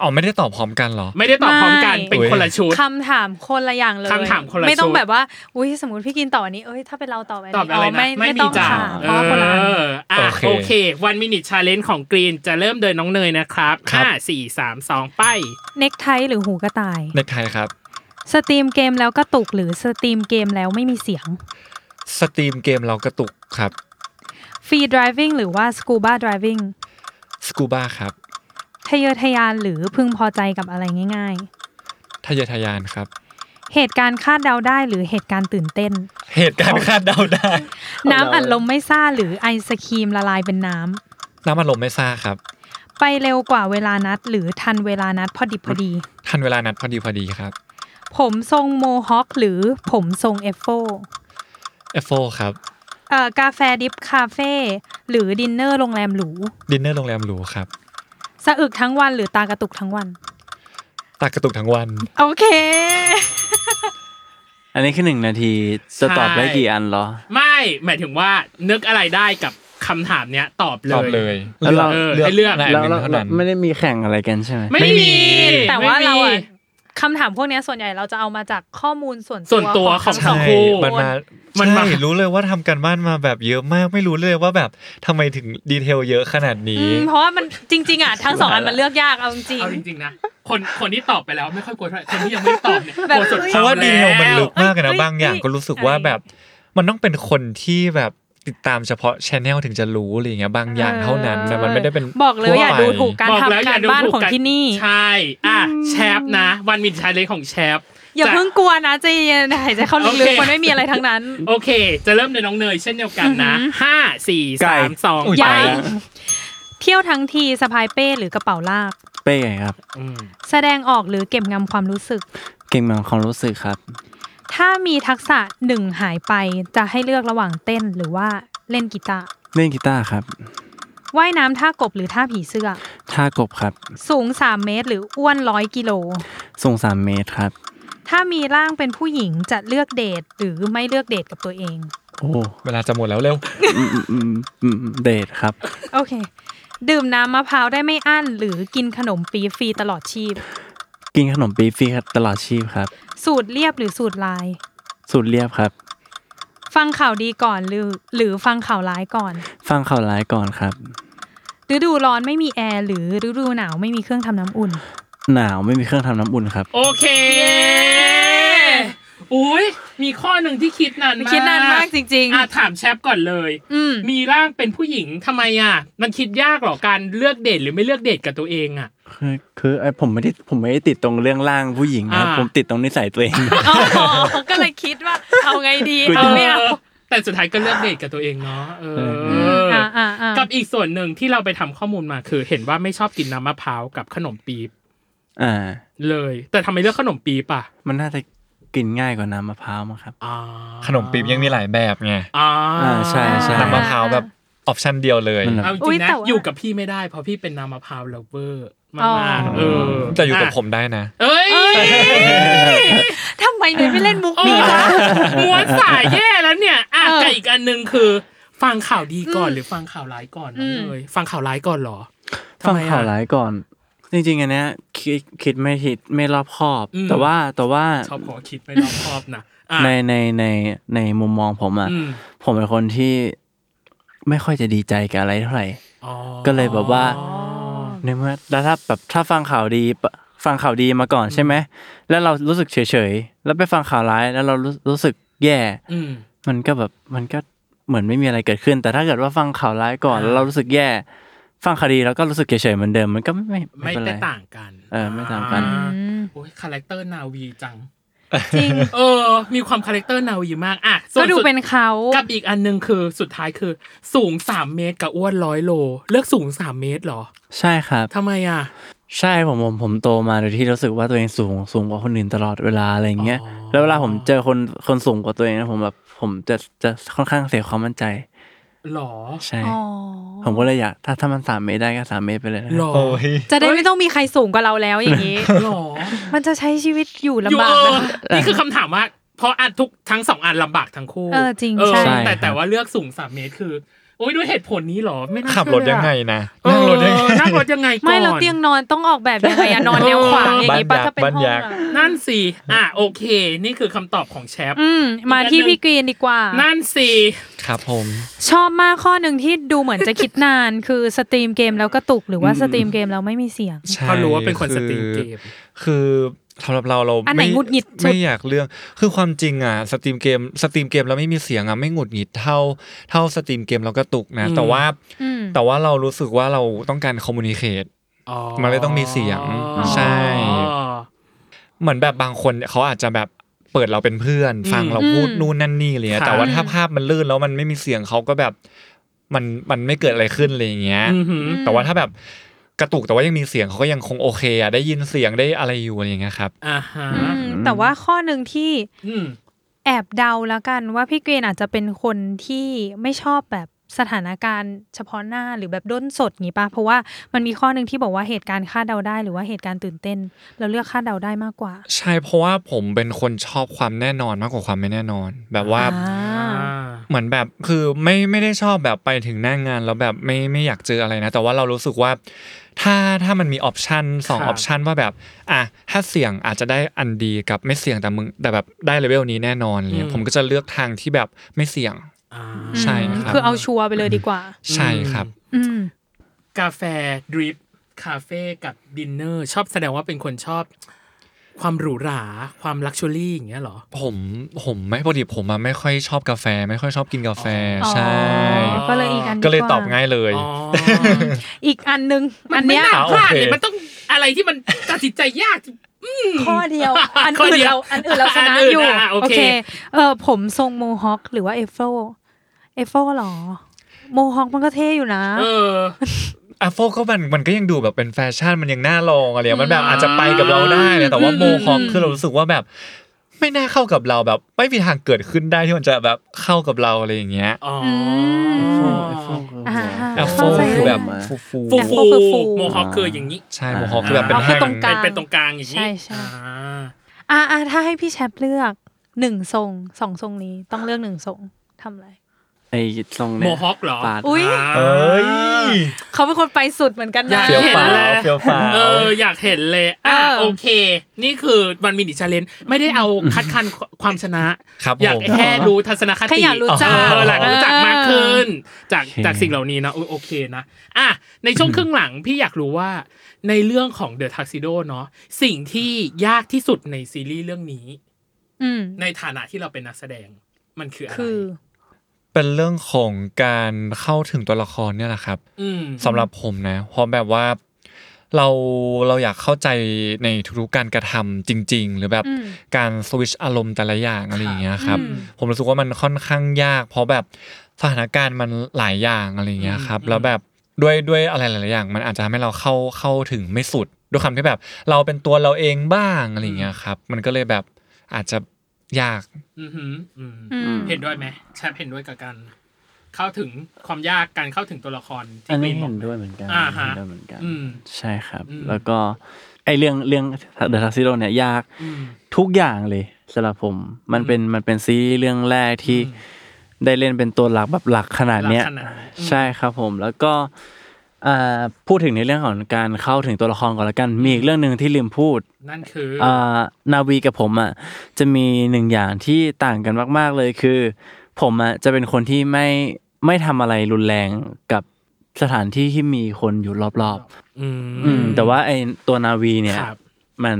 อ๋อไม่ได้ตอบพร้อมกันเหรอ ไม่ได้ตอบพร้อมกัน ไม่ เป็นคนละชุด คำถามคนละอย่างเลย คำถามคนละ ไม่ต้อ ชุ ง ด แบบว่าอุ้ยสมมติพี่กินต่ออันนี้เอ้ยถ้าเป็นเราตอบอันนี้ ตอบอะไรนะ ไม่มี ต้อง จ่า ค่ะ เอ เพราะว่าคนละอัน ออ่ะ โอเค โอเควันมินิชาเลนจ์ของกรีนจะเริ่มโดยน้องเนยนะครับ ครับ ห้าสี่สามสองไป เน็กไทหรือหูกระต่าย เน็กไทครับ สตรีมเกมแล้วกระตุกหรือสตรีมเกมแล้วไม่มีเสียง สตรีมเกมเรากระตุกครับ ฟรีด r i v ิ n งหรือว่าสกูบาด i v ิ n ง สกูบ้าครับ ทะเยอทะยานหรือพึงพอใจกับอะไรง่าย ทะเยอทะยานครับ ๆ เหตุการณ์คาดเดาได้หรือเหตุการณ์ตื่นเต้น เหตุการณ์คาดเดาได้ น้ำอัดลมไม่ซ่าหรือไอศครีมละลายเป็นน้ น้ำมันลมไม่ซ่าครับ ำ ไปเร็วกว่าเวลานัด หรือทันเวลานัดพอดิบพอดี ทันเวลานัดพอดีพอดีครับ ผมทรงโมฮอคหรือผมทรงเอฟโฟ เอฟโฟครับ เอ่อกาแฟดิฟคาเฟ่หรือดินเนอร์โรงแรมหรู ดินเนอร์โรงแรมหรูครับ สะอึกทั้งวันหรือตากระตุกทั้งวัน ตากระตุกทั้งวัน โอเค อันนี้คือหนึ่งนาทีจะตอบได้กี่อันเหรอ ไม่หมายถึงว่านึกอะไรได้กับคำถามเนี้ยตอบเล ตอบ ย เลย แล้วเรา ให้เลือก นาย แล้ว ห เรา นึ่งเท่านั้น ไม่ได้มีแข่งอะไรกันใช่ไหม ไม่มี แต่ว่า ไม่มี เราอะคำถามพวกเนี้ยส่วนใหญ่เราจะเอามาจากข้อมูลส่วน ส่วนตัวของ ทั้ ทั้ ง ง สอง คู่ มันมา มั มัน น มา มารู้เลยว่าทำกันบ้านมาแบบเยอะมากไม่รู้เลยว่าแบบทำไมถึงดีเทลเยอะขนาดนี้ อืมเพราะว่ามันจริง ๆอ่ะทั้งสองอันมันเลือกยากเอาจริง เอาจริงๆนะคนคนที่ตอบไปแล้วไม่ค่อยกลัวเท่าไหร่คนที่ยังไม่ได้ตอบเนี่ย แบบ กลัวสุด เพราะว่าดีเทลมันลึกมากเลยนะ เอ้ย บางอย่าง เอ้ย ก็รู้สึกว่า อะไร แบบมันต้องเป็นคนที่แบบติดตามเฉพาะชแนลถึงจะรู้อะไรอย่างเงี้ยบางอย่างเท่านั้นนะมันไม่ได้เป็น บอกเลยว่าอย่าดู ทั่วไป ถูกการ บอกแล้วอกทำา ย่ารดู บ้าน ถูก ของ กัน ที่นี่ ใช่อ่ะแชปนะวันมินชาเลนของแชป อย่าเพิ่งกลัวนะใจเย็นหายใจเข้า โอ ลึ เค กๆมันไม่มีอะไรทั้งนั้น โอเค จะเริ่มในน้องเนยเช่นเดียวกันนะห้าสี่ ไก่ สามสอง อุ๊ ไป ตา ยัง แล้ว เที่ยวทั้งทีสะพายเป้หรือกระเป๋าลาก เป้ไงครับ อืม แสดงออกหรือเก็บงำความรู้สึก เก่งเหมือนความรู้สึกครับ ถ้ามีทักษะหนึ่งหายไปจะให้เลือกระหว่างเต้นหรือว่าเล่นกีตาร์ เล่นกีตาร์ครับ ว่ายน้ำท่ากบหรือท่าผีเสื้อ ท่ากบครับ สูง 3 เมตร หรืออ้วนร้อยกิโล สูงสามเมตรครับ ถ้ามีร่างเป็นผู้หญิงจะเลือกเดทหรือไม่เลือกเดทกับตัวเอง โอ้ เวลาจะหมดแล้วเร็ว อืมอืมอืมเดทครับ โอเค ดื่มน้ำมะพร้าวได้ไม่อั้น หรือกินขนมปี๊บฟรีตลอดชีพ กินขนมปี๊บฟรีครับตลอดชีพครับ สูตรเรียบหรือสูตรลาย สูตรเรียบครับ ฟังข่าวดีก่อนหรือหรือฟังข่าวร้ายก่อน ฟังข่าวร้ายก่อนครับ ฤดูร้อนไม่มีแอร์หรือฤดูหนาวไม่มีเครื่องทำน้ำอุ่น หนาวไม่มีเครื่องทำน้ำอุ่นครับ โอเคอุ้ยมีข้อหนึ่งที่คิดนานมาก คิดนานมากจริง อ่ะถามแชปก่อนเลย ๆ อืม มีร่างเป็นผู้หญิงทำไมอ่ะ มันคิดยากเหรอการเลือกเดทหรือไม่เลือกเดทกับตัวเองอ่ะ คือคือไอผมไม่ได้ผมไม่ได้ติดตรงเรื่องร่างผู้หญิงนะครับ อ่า ผมติดตรงนิสัยตัวเอง อ๋อ ก็เลยคิดว่า เอาไงดี กู เอา จะ ไม่เอา แต่สุดท้ายก็เลือกเดทกับตัวเองเนาะเอออ อ่าอ่าอ่า กับอีกส่วนหนึ่งที่เราไปทำข้อมูลมาคือ เห็นว่าไม่ชอบกินน้ำมะพร้าวกับขนมปี๊บ อ่า เลย แต่ทำไมเลือกขนมปี๊บอ่ะ มันน่าจะกินง่ายกว่าน้ำมะพร้าวมั้งครับ อ่า ขนมปี๊บยังมีหลายแบบไง อ่า อ่าใช่ใช่ น้ำมะพร้าวแบบออปชั่นเดียวเลย มันแบบ เอาจ อุ๊ ริ ย งนะ แต่ว่า อยู่กับพี่ไม่ได้เพราะพี่เป็นน้ำมะพร้าวเลฟเวอร์มา อ๋อ กๆเออ แต่อยู่กับผมได้นะ เอ้ย ทำไมเนยไม่เล่นมุกนี้วะ ม้วนสายแย่แล้วเนี่ยอ่ะ เออ กับอีกอันหนึ่งคือ ฟังข่าวดีก่อนหรือฟังข่าวร้ายก่อนน้อง อืม เลยฟังข่าวร้ายก่อนเหรอ ทำไมอะ ฟังข่าวร้ายก่อน จริงๆอันเนี้ยคิดคิดไม่ผิดไม่รอบคอบ อืม แต่ว่าแต่ว่า ชอบขอคิดไม่รอบคอบนะอ่ะ ในในในในมุมมองผมอ่ะ อืม ผมเป็นคนที่ไม่ค่อยจะดีใจกับอะไรเท่าไหร่ อ๋อ ก็เลยแบบว่า ในเมื่อแล้วถ้าแบบถ้าฟังข่าวดีปะฟังข่าวดีมาก่อนใช่ไหมแล้วเรารู้สึกเฉยๆแล้วไปฟังข่าวร้ายแล้วเรารู้รู้สึกแย่ อืม มันก็แบบมันก็เหมือนไม่มีอะไรเกิดขึ้น แต่ถ้าเกิดว่าฟังข่าวร้ายก่อน อ่า แล้วเรารู้สึกแย่ ฟังข่าวดีแล้วก็รู้สึกเฉยๆเหมือนเดิมมันก็ไม่ไม่ ไม่ ไม่เป็น ได้ ไร ต่างกัน เออไม่ต่างกัน อ่ อืม โอ้ยคาแรคเตอร์นาวีจัง จริง เออ มีความคาแรคเตอร์นาวีมากอ่ะส่ว ก็ดู สุ เป็นเขา กับอีกอันหนึงคือสุดท้ายคือ สูงสามเมตรกับอ้วนร้อยโล เลือกสูงสามเมตรเหรอ ใช่ครับ ทำไมอ่ะ ใช่ผมผมผมโตมาโดยที่รู้สึกว่าตัวเองสูงสูงกว่าคนอื่นตลอดเวลาอะไรอย่างเงี้ย อ๋อ แล้วเวลาผมเจอคนคนสูงกว่าตัวเองนะผมแบบผมจะจะค่อนข้างเสียความมั่นใจ หรอ ใช่ อ๋อ ผมก็เลยอยากถ้าถ้ามันสามเมตรได้ก็สามเมตรไปเลยนะ หรอ โอ้ย จะได้ไม่ต้องมีใครสูงกว่าเราแล้วอย่าง นี้ หรอ มันจะใช้ชีวิตอยู่ อ ยู่ลำบาก เอนะคะอนี่คือคำถามว่าเพราะอันทุกทั้งสองอันลำบากทั้งคู่ เออจริง เออ ใช่ แต่แต่ว่าเลือกสูงสามเมตรคือ โอ้ยด้วยเหตุผลนี้หรอไม่น่า ขับรถ เชื่อ ยังไงนะ เออ นั่งรถยังไง นั่งรถยังไงก่อน ไม่เราเตียงนอนต้องออกแบบยังไงอะนอนแนวขวางอย่างนี้ปะถ้าเป็น บ้าน ห้อง ยาก อะ นั่นสิอ่ะโอเค นี่คือคำตอบของแชป อืมมาที่ อีกอันหนึ่ง พี่กรีนดีกว่า นั่นสิ ครับผม ชอบมากข้อหนึ่งที่ดูเหมือนจะคิดนาน คือสตรีมเกมแล้วกระตุกหรือว่าสตรีมเกมแล้วไม่มีเสียง ใช่ เขารู้ว่าเป็นคนสตรีมเกม คือสำหรับเราเรา อันไหนหงุดหงิดสุด ไม่อยากเรื่อง คือความจริงอ่ะสตรีมเกมสตรีมเกมแล้วไม่มีเสียงอ่ะไม่หงุดหงิดเท่าเท่าสตรีมเกมแล้วก็ตุกนะ อืม แต่ว่า อืม แต่ว่าเรารู้สึกว่าเราต้องการคอมมูนิเคต อ๋อ มันเลยต้องมีเสียงใช่ เหมือนแบบบางคนเขาอาจจะแบบเปิดเราเป็นเพื่อน ฟังเราพูด อืม นู่นนั่นนี่อะไรเลย ค่ะ แต่ว่าถ้าภาพมันลื่นแล้วมันไม่มีเสียงเขาก็แบบมันมันไม่เกิดอะไรขึ้นอะไรอย่างเงี้ย อือหือ แต่ว่าถ้าแบบกระตุกแต่ว่ายังมีเสียงเขาก็ยังคงโอเคอะได้ยินเสียงได้อะไรอยู่อะไรอย่างเงี้ยครับ อ่าฮะ อืมแต่ว่าข้อหนึ่งที่ อืม แอบเดาแล้วกันว่าพี่กรีนอาจจะเป็นคนที่ไม่ชอบแบบสถานการณ์เฉพาะหน้าหรือแบบด้นสดอย่างงี้ปะเพราะว่ามันมีข้อหนึ่งที่บอกว่าเหตุการณ์คาดเดาได้ หรือว่าเหตุการณ์ตื่นเต้น เราเลือกคาดเดาได้มากกว่า ใช่เพราะว่าผมเป็นคนชอบความแน่นอนมากกว่าความไม่แน่นอน แบบว่า อ่า เหมือนแบบคือไม่ไม่ได้ชอบแบบไปถึงหน้างานแล้วแบบไม่ไม่อยากเจออะไรนะ แต่ว่าเรารู้สึกว่าถ้าถ้ามันมีออปชันสอง ครั อบ อปชันว่าแบบอ่ะถ้าเสี่ยงอาจจะได้อันดีกับไม่เสี่ยงแต่มึงแต่แบบได้เลเวลนี้แน่นอนอะไรเลยผมก็จะเลือกทางที่แบบไม่เสี่ยง อ่า ใช่ครับ คือเอาชัวร์ไปเลยดีกว่า ใช่ครับ อืม กาแฟดริปคาเฟ่กับดินเนอร์ ชอบแสดงว่าเป็นคนชอบ ความหรูหราความลักชัวรี่อย่างเงี้ยเหรอ ผมผมไม่พอดีผมอะไม่ค่อยชอบกาแฟ ไม่ค่อยชอบกินกาแฟ อ๋อ ใช่ ก็เลยอีกอันดีว่า ก็เลยตอบง่ายเลย อ๋อ อีกอันนึง มั อั น น ไม่ เนี้ย น่าพลาด โอเค เลยมันต้องอะไรที่มันตัดสินใจยาก ข้อเดียว อัน ข้อ อื่น เดียว เราอันอื่นเราชนะ อันอื่น อยู่ อ่ะโอ โอ เค เค เออผมทรงโมฮอคหรือว่าเอฟโฟเอฟโฟหรอ โมฮอคมันก็เท่อยู่นะ เออ อาโฟก็มันมันก็ยังดูแบบเป็นแฟชั่นมันยังน่าลองอะไรอย่างเงี้ยมันแบบอาจจะไปกับเราได้นะแต่ว่าโมฮอคคือเรารู้สึกว่าแบบ ไม่น่าเข้ากับเราแบบ ไม่มีทางเกิดขึ้นได้ที่มันจะแบบเข้ากับเราอะไรอย่างเงี้ย อ๋อ ม อ่า อ่า อาโฟ เข้าใจ คือแบบ เลย ฟูฟู ฟู ฟู ฟู คือฟู โมฮอคคืออย่างนี้ ใช่โมฮอคคือแบบเป็น เอาแค่ แห้ ตรงงกลาง เป็นตรงกลางอย่างนี้ ใช่ใช่ อ่า อ่ะอ่ะถ้าให้พี่แชปเลือกหนึ่งทรงสองทรงนี้ต้องเลือกหนึ่งทรงทำอะไร ไอ้ทรง โม เนี่ย ฮอคเหรอ ปาด อุ้ย า เอ้ย เขาเป็นคนไปสุดเหมือนกัน อยา นะ ก เฟี้ยว ห็น ฟ้า แล้ว ว เฟี้ยวฟ้าว เอออยากเห็นเลยอ่ะ เออ โอเค นี่คือวันมินิชาเลนไม่ได้เอาคัดคันความชนะ ครับ อยาก ผม แค่รู้ทัศนค แค่ ติ อยากรู้จัก เออหลักรู้จักมากขึ้น จากจากสิ่งเหล่านี้นะอุ๊ยโอเคนะอ่ะในช่วงครึ่งหลังพี่อยากรู้ว่าในเรื่องของเดอะทักซิโดเนาะสิ่งที่ยากที่สุดในซีรีส์เรื่องนี้ อืม ในฐานะที่เราเป็นนักแสดงมันคืออะไร คือ เป็นเรื่องของการเข้าถึงตัวละครเนี่ยแหละครับ อืม สำหรับผมนะเพราะแบบว่าเราเราอยากเข้าใจในทุกๆการกระทำจริง ๆ หรือแบบ อืม การสวิตชอารมณ์แต่ละอย่างอะไรอย่างเงี้ยครับ อืม ผมรู้สึกว่ามันค่อนข้างยาก เพราะแบบสถานการณ์มันหลายอย่างอะไรอย่างเงี้ยครับ อืม แล้วแบบด้วยด้วยอะไรหลายๆอย่าง มันอาจจะทำให้เราเข้าเข้าถึงไม่สุด ด้วยความที่แบบเราเป็นตัวเราเองบ้างอะไรอย่างเงี้ยครับ มันก็เลยแบบอาจจะยาก อือหืออืม อืม เห็นด้วยไหมแชปเห็นด้วยกับการเข้าถึงความยากการเข้าถึงตัวละคร อั ที่ น กรีนบอนี้เห็ ก นด้วยเหมือนกัน อ่าฮะ เห็นด้วยเหมือนกัน อืม ใช่ครับ อืม แล้วก็ไอเรื่องเรื่อง The t a x i d o เนี่ยยาก อืม ทุกอย่างเลยสำหรับผม มันเป็นมันเป็นซีรีส์เรื่องแรกที่ได้เล่นเป็นตัวหลักแบบหลักขนาดเนี้ย หลักขนาดนี้อืม ใช่ครับผมแล้วก็อ่าพูดถึงในเรื่องของการเข้าถึงตัวละครก่อนละกัน มีอีกเรื่องหนึ่งที่ลืมพูด นั่นคืออ อ่านาวีกับผมอ่ะจะมีหนึ่งอย่างที่ต่างกันมาก ๆ เลยคือ ผมอ่ะจะเป็นคนที่ไม่ไม่ทำอะไรรุนแรงกับสถานที่ที่มีคนอยู่รอบ อืม ๆ อืมแต่ว่าไอ้ตัวนาวีเนี่ย ครับ มัน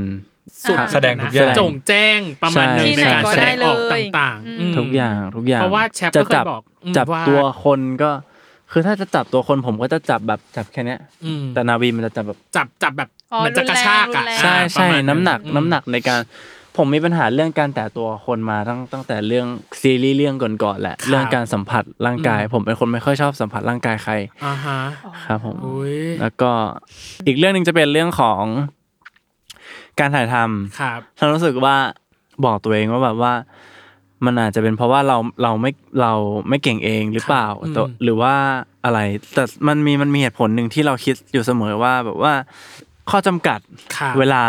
สุด ครับ แสดงทุกอย่าง จงแจ้งประมาณหนึง ใช่ ในการแสที่ไหนก็ดงออกได้เลย ต่างๆอืม ทุกอย่างทุกอย่าง เพราะว่าแชปก็ จะ เคย จับ บอกอืม จับ ว่า ตัวคนก็ คือถ้าจะจับตัวคนผมก็จะจับแบบจับแค่เนี้ย อืม แต่นาวีมันจะจับแบบ จับจับแบบ อ๋อ มันจะกระชากอะ รุนแรง ใช่ อ่า ใช่ ประมาณ น้ำหนัก อืม น้ำหนักในการผมมีปัญหาเรื่องการแตะตัวคนมาตั้งตั้งแต่เรื่องซีรีส์เรื่องก่อนๆแหละ ครับ เรื่องการสัมผัสร่างกาย อืม ผมเป็นคนไม่ค่อยชอบสัมผัสร่างกายใคร อ่าฮะ ครับผม อุ้ย แล้วก็อีกเรื่องหนึ่งจะเป็นเรื่องของการถ่ายทำ ครับ ฉันรู้สึกว่าบอกตัวเองว่าแบบว่า มันอาจจะเป็นเพราะว่าเราเราไม่เราไม่เก่งเองหรือเปล่า ครับอืม ตัวหรือว่าอะไร แต่มันมีมันมีเหตุผลหนึ่งที่เราคิดอยู่เสมอว่าแบบว่าข้อจำกัด ค่ะ เวลา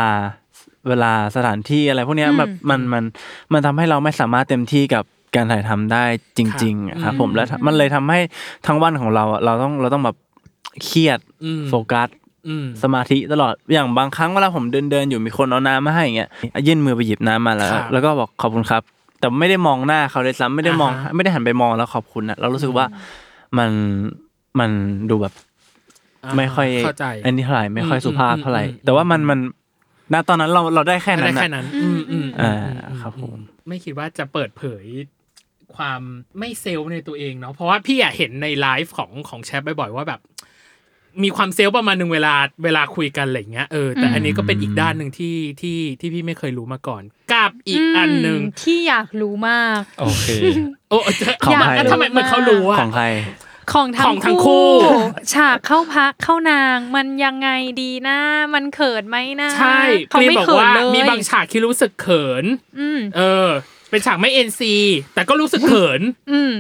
เวลาสถานที่อะไรพวกเนี้ย อืม แบบมันมันมันทำให้เราไม่สามารถเต็มที่กับการถ่ายทำได้จริงๆอะครับผมและมันเลยทำให้ทั้งวันของเราอะเราต้องเราต้องแบบเครียด อืม โฟกัส อืม สมาธิตลอดอย่างบางครั้งเวลาผมเดินเดินๆอยู่มีคนเอาน้ำมาให้อย่างเงี้ยยื่นมือไปหยิบน้ำมาแล้ว ครับ แล้วก็บอกขอบคุณครับ แต่ไม่ได้มองหน้าเขาเลยซ้ำไม่ได้มอง อ่าฮะ ไม่ได้หันไปมองแล้วขอบคุณนะเรารู้สึกว่ามันมันดูแบบ ไม่ค่อย เข้าใจ อันนี้เท่าไหร่ไม่ค่อย อืม สุภาพเท่าไหร่ อืมอืม แต่ว่ามันมันณตอนนั้นเราเราได้แค่นั้น ได้ นะ แค่นั้นอืมอืม อ่าม ม ครับผม ไม่คิดว่าจะเปิดเผยความไม่เซลล์ในตัวเองเนาะเพราะว่าพี่อะเห็นในไลฟ์ของของแชทบ่อยๆว่าแบบ มีความเซลล์ประมาณหนึ่งเวลาเวลาคุยกันอะไรอย่างเงี้ยเออแต่อันนี้ก็เป็นอีกด้านหนึ่งที่ที่ที่พี่ไม่เคยรู้มาก่อนกับอีกอันหนึ่ง มที่อยากรู้มาก โอเค โอ้เจอ ของ ทำไม ใคร ทำไมเหมือนเขารู้อะ ของใคร ของทั้ ของทั้งคู่ ฉากเข้าพระเข้านางมันยังไงดีนะ มันเขินไหมนะ ใช่ เขา รี ไม่ บอก เขิน ว่า เลย มีบางฉากที่รู้สึกเขิน อืม เออ เป็นฉากไม่เอ็นซีแต่ก็รู้สึกเขิน อืม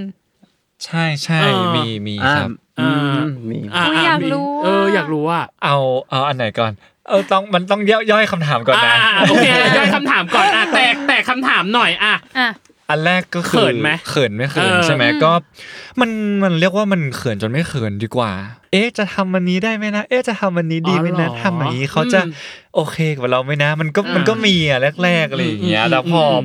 ใช่ใช่ เออ มีมี อ่า ครับ อืม อ่า มี ะ อุ๊ยอยากรู้ เออ อะ อยากรู้อ่ะ เอาเอาอันไหนก่อน เออต้องมันต้องย่อยย่อยคำถามก่อนนะ อ่าโอเคย่อยคำถามก่อนอ่ะแต่แต่คำถามหน่อยอ่ะ อ่ะ อันแรกก็คือ เขินไหม เขินไม่เขิน เออ ใช่ไหมก็ มันมันเรียกว่ามันเขินจนไม่เขินดีกว่า เอ๊ะจะทำามันนี้ได้ไหมนะ เอ๊ะจะทำามันนี้ดีไหมนะ อ๋อเหรอ ทำแบบนี้เขาจะ อืม โอเคกับเราไหมนะ มันก็ อ่ามั มันก็มีอะแรกๆอะไรอย่างเงี้ย อืม แล้วพออ ม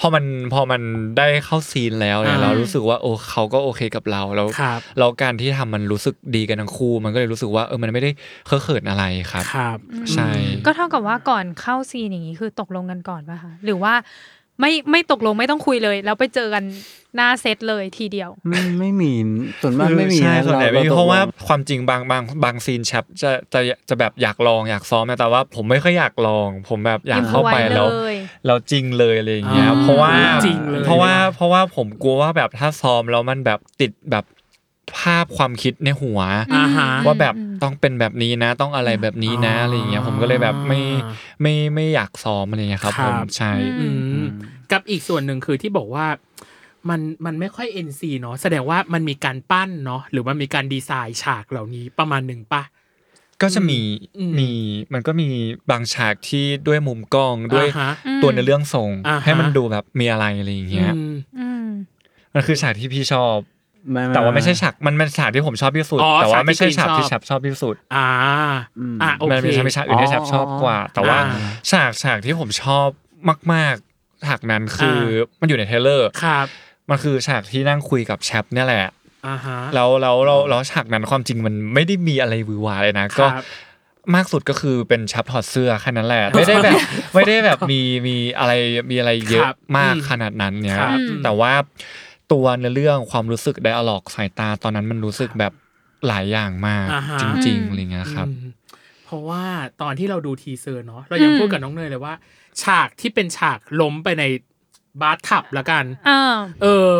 พอมันพอมันได้เข้าซีนแล้วเนี่ย อ่า เรารู้สึกว่าโอ้เขาก็โอเคกับเราแล้ว ครับ แล้วการที่ทำมันรู้สึกดีกันทั้งคู่ มันก็เลยรู้สึกว่าเออมันไม่ได้เคอะเขินอะไรครับ ครับ ใช่ ก็เท่ากับว่าก่อนเข้าซีนอย่างนี้คือตกลงกันก่อนป่ะคะหรือว่าไม่ไม่ตกลงไม่ต้องคุยเลย แล้วไปเจอกันหน้าเซตเลยทีเดียว ไม่ไม่มีส่วนมากไม่ใช่มีะ ส่วนใหญ่ไม่มี ตก เพราะว่า ลง ความจริงบางบางบางซีนแชปจะจะจะแบบอยากลองอยากซ้อมนะแต่ว่าผมไม่ค่อยอยากลอง ผมแบบอยากเข้าไป Improvise แล้ว เลย แล้วจริงเลยอะไรอย่างเงี้ย อ่ เพราะว่า จริงเลย เพราะว่าเพราะว่าผมกลัวว่าแบบถ้าซ้อมแล้วมันแบบติดแบบภาพความคิดในหัว อ่าฮะ ว่าแบบต้องเป็นแบบนี้นะ ต้องอะไรแบบนี้นะอะไรอย่างเงี้ยผมก็เลยแบบไม่ไม่ไม่อยากซ้อมอะไรอย่างเงี้ยครับ ค ผ รั ม บ ใช่ อืม อืมกับอีกส่วนหนึ่งคือที่บอกว่ามันมันไม่ค่อย NC เนาะแสดงว่ามันมีการปั้นเนาะหรือว่ามีการดีไซน์ฉากเหล่านี้ประมาณหนึ่งปะ ก็จะมี อืม มีมันก็มีบางฉากที่ด้วยมุมกล้องด้วย อ่าฮะ ตัวในอเรื่องส่ง อ่าฮะ ให้มันดูแบบมีอะไรอะไรอย่างเงี้ย อืม อืม มันคือฉากที่พี่ชอบ แต่ว่าไม่ใช่ฉากมันเป็นฉากที่ผมชอบที่สุด อ๋อ แต่ว่า ฉากที่ ไม่ใช่ฉากที่ พี่ชอบ ฉับชอบที่สุด อ่า อืม อ่าโอ มัน เค เป็นฉากที่ฉับอื่นที่ฉับชอบกว่า แต่ว่า อ่า ฉากฉากที่ผมชอบมากๆฉากนั้นคืออา มันอยู่ในเทรลเลอร์ ครับ มันคือฉากที่นั่งคุยกับแชปเนี่ยแหละ อ่าฮะ แล้วแล้วแล้วแล้วฉากนั้นความจริงมันไม่ได้มีอะไรหวือหวาเลยนะ ครั ก็ บ มากสุดก็คือเป็นชับถอดเสื้อแค่นั้นแหละ ไม่ได้แบบไม่ได้ แบบมีมีอะไรมีอะไรเย ค อะ รับ มาก อืม ขนาดนั้นเนี่ย ครับอืม แต่ว่าตัวในอเรื่องความรู้สึกไดอะล็อกสายตาตอนนั้นมันรู้สึกแบบหลายอย่างมาก อ่าฮะ จริงๆอะไรเงี้ยครับ อืมเพราะว่าตอนที่เราดูทีเซอร์เนาะเรายัง อืม พูดกับน้องเนยเลยว่า ฉากที่เป็นฉากล้มไปในบาร์ทับละกัน อ่า เออ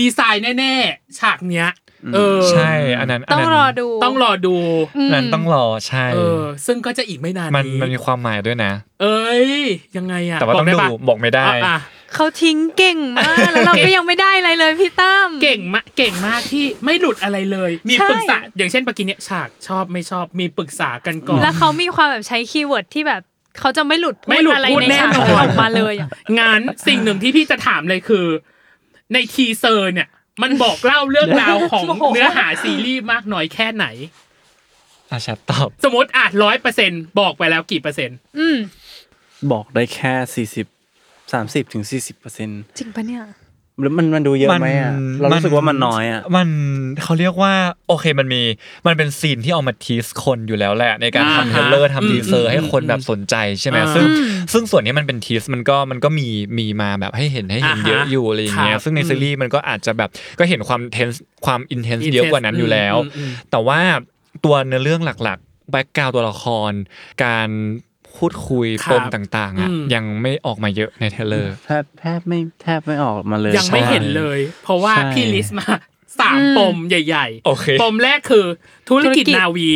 ดีไซน์แน่ ๆ ฉากเนี้ย เออ ใช่อันนั้นน ต้อง นั้น รอดู ต้องรอดู อันนั้นต้องรอใช่ เออ ซึ่งก็จะอีกไม่นาน มัน นี้ มันมีความหมายด้วยนะ เอ้ย ยังไงอะ แต่ว่าต้อง บก ดู ไปะ บอกไม่ได้ อ่ะอ่ะ เขาทิ้งเก่งมากแล้วเราก็ยังไม่ได้อะไรเลยพี่ตั้ม เก่งมากเก่งมากที่ไม่หลุดอะไรเลย มี ใช่ ปรึกษาอย่างเช่นปกินเนี่ยฉากชอบไม่ชอบมีปรึกษากันก่อน แล้วเขามีความแบบใช้คีย์เวิร์ดที่แบบเขาจะไม่หลุดพู ไม่ ด หลุด อะไร พูด ใน แน่ ฉาก นอน ออกมาเลยอะ งานสิ่งหนึ่งที่พี่จะถามเลยคือ ในทีเซอร์เนี่ย มันบอกเล่าเรื่องราวของ เนื้อหาซีรีส์มากน้อยแค่ไหน อาชัดตอบ สมมติอ่ะร้อยเปอร์เซ็นบอกไปแล้วกี่เปอร์เซ็นต์ อืม บอกได้แค่สี่สิบสามสิบถึงสี่สิบเปอร์เซ็นต์ จริงปะเนี่ย หรือมันมันดูเยอะไหมอ่ะเรารู้สึกว่ามันน้อยอ่ะ มันเขาเรียกว่าโอเคมันมีมันเป็นซีนที่เอามาทีสคนอยู่แล้วแหละ ในการทำเทรลเลอร์ทำทีเซอร์ให้คนแบบสนใจใช่ไหมซึ่งซึ่งส่วนนี้มันเป็นทีสมันก็มันก็มีมีมาแบบให้เห็นให้เห็นเยอะอยู่อะไรอย่างเงี้ยซึ่งในซีรีส์มันก็อาจจะแบบก็เห็นความเทนความอินเทนส์เยอะกว่านั้นอยู่แล้ว มอืม แต่ว่าตัวเนื้อเรื่องหลักๆ แบ็กกราวตัวละคร การพูดคุย ครับปมต่างๆอ่ะ อืม ยังไม่ออกมาเยอะในเทรลเลอร์ แทบแทบไม่แทบไม่ออกมาเลย ยังไม่เห็นเลย เพราะว่า ใช่ พี่ลิสต์มา สามปมใหญ่ โอเค ปมแรกคือธุรกิจ ธุรกิจ นาวี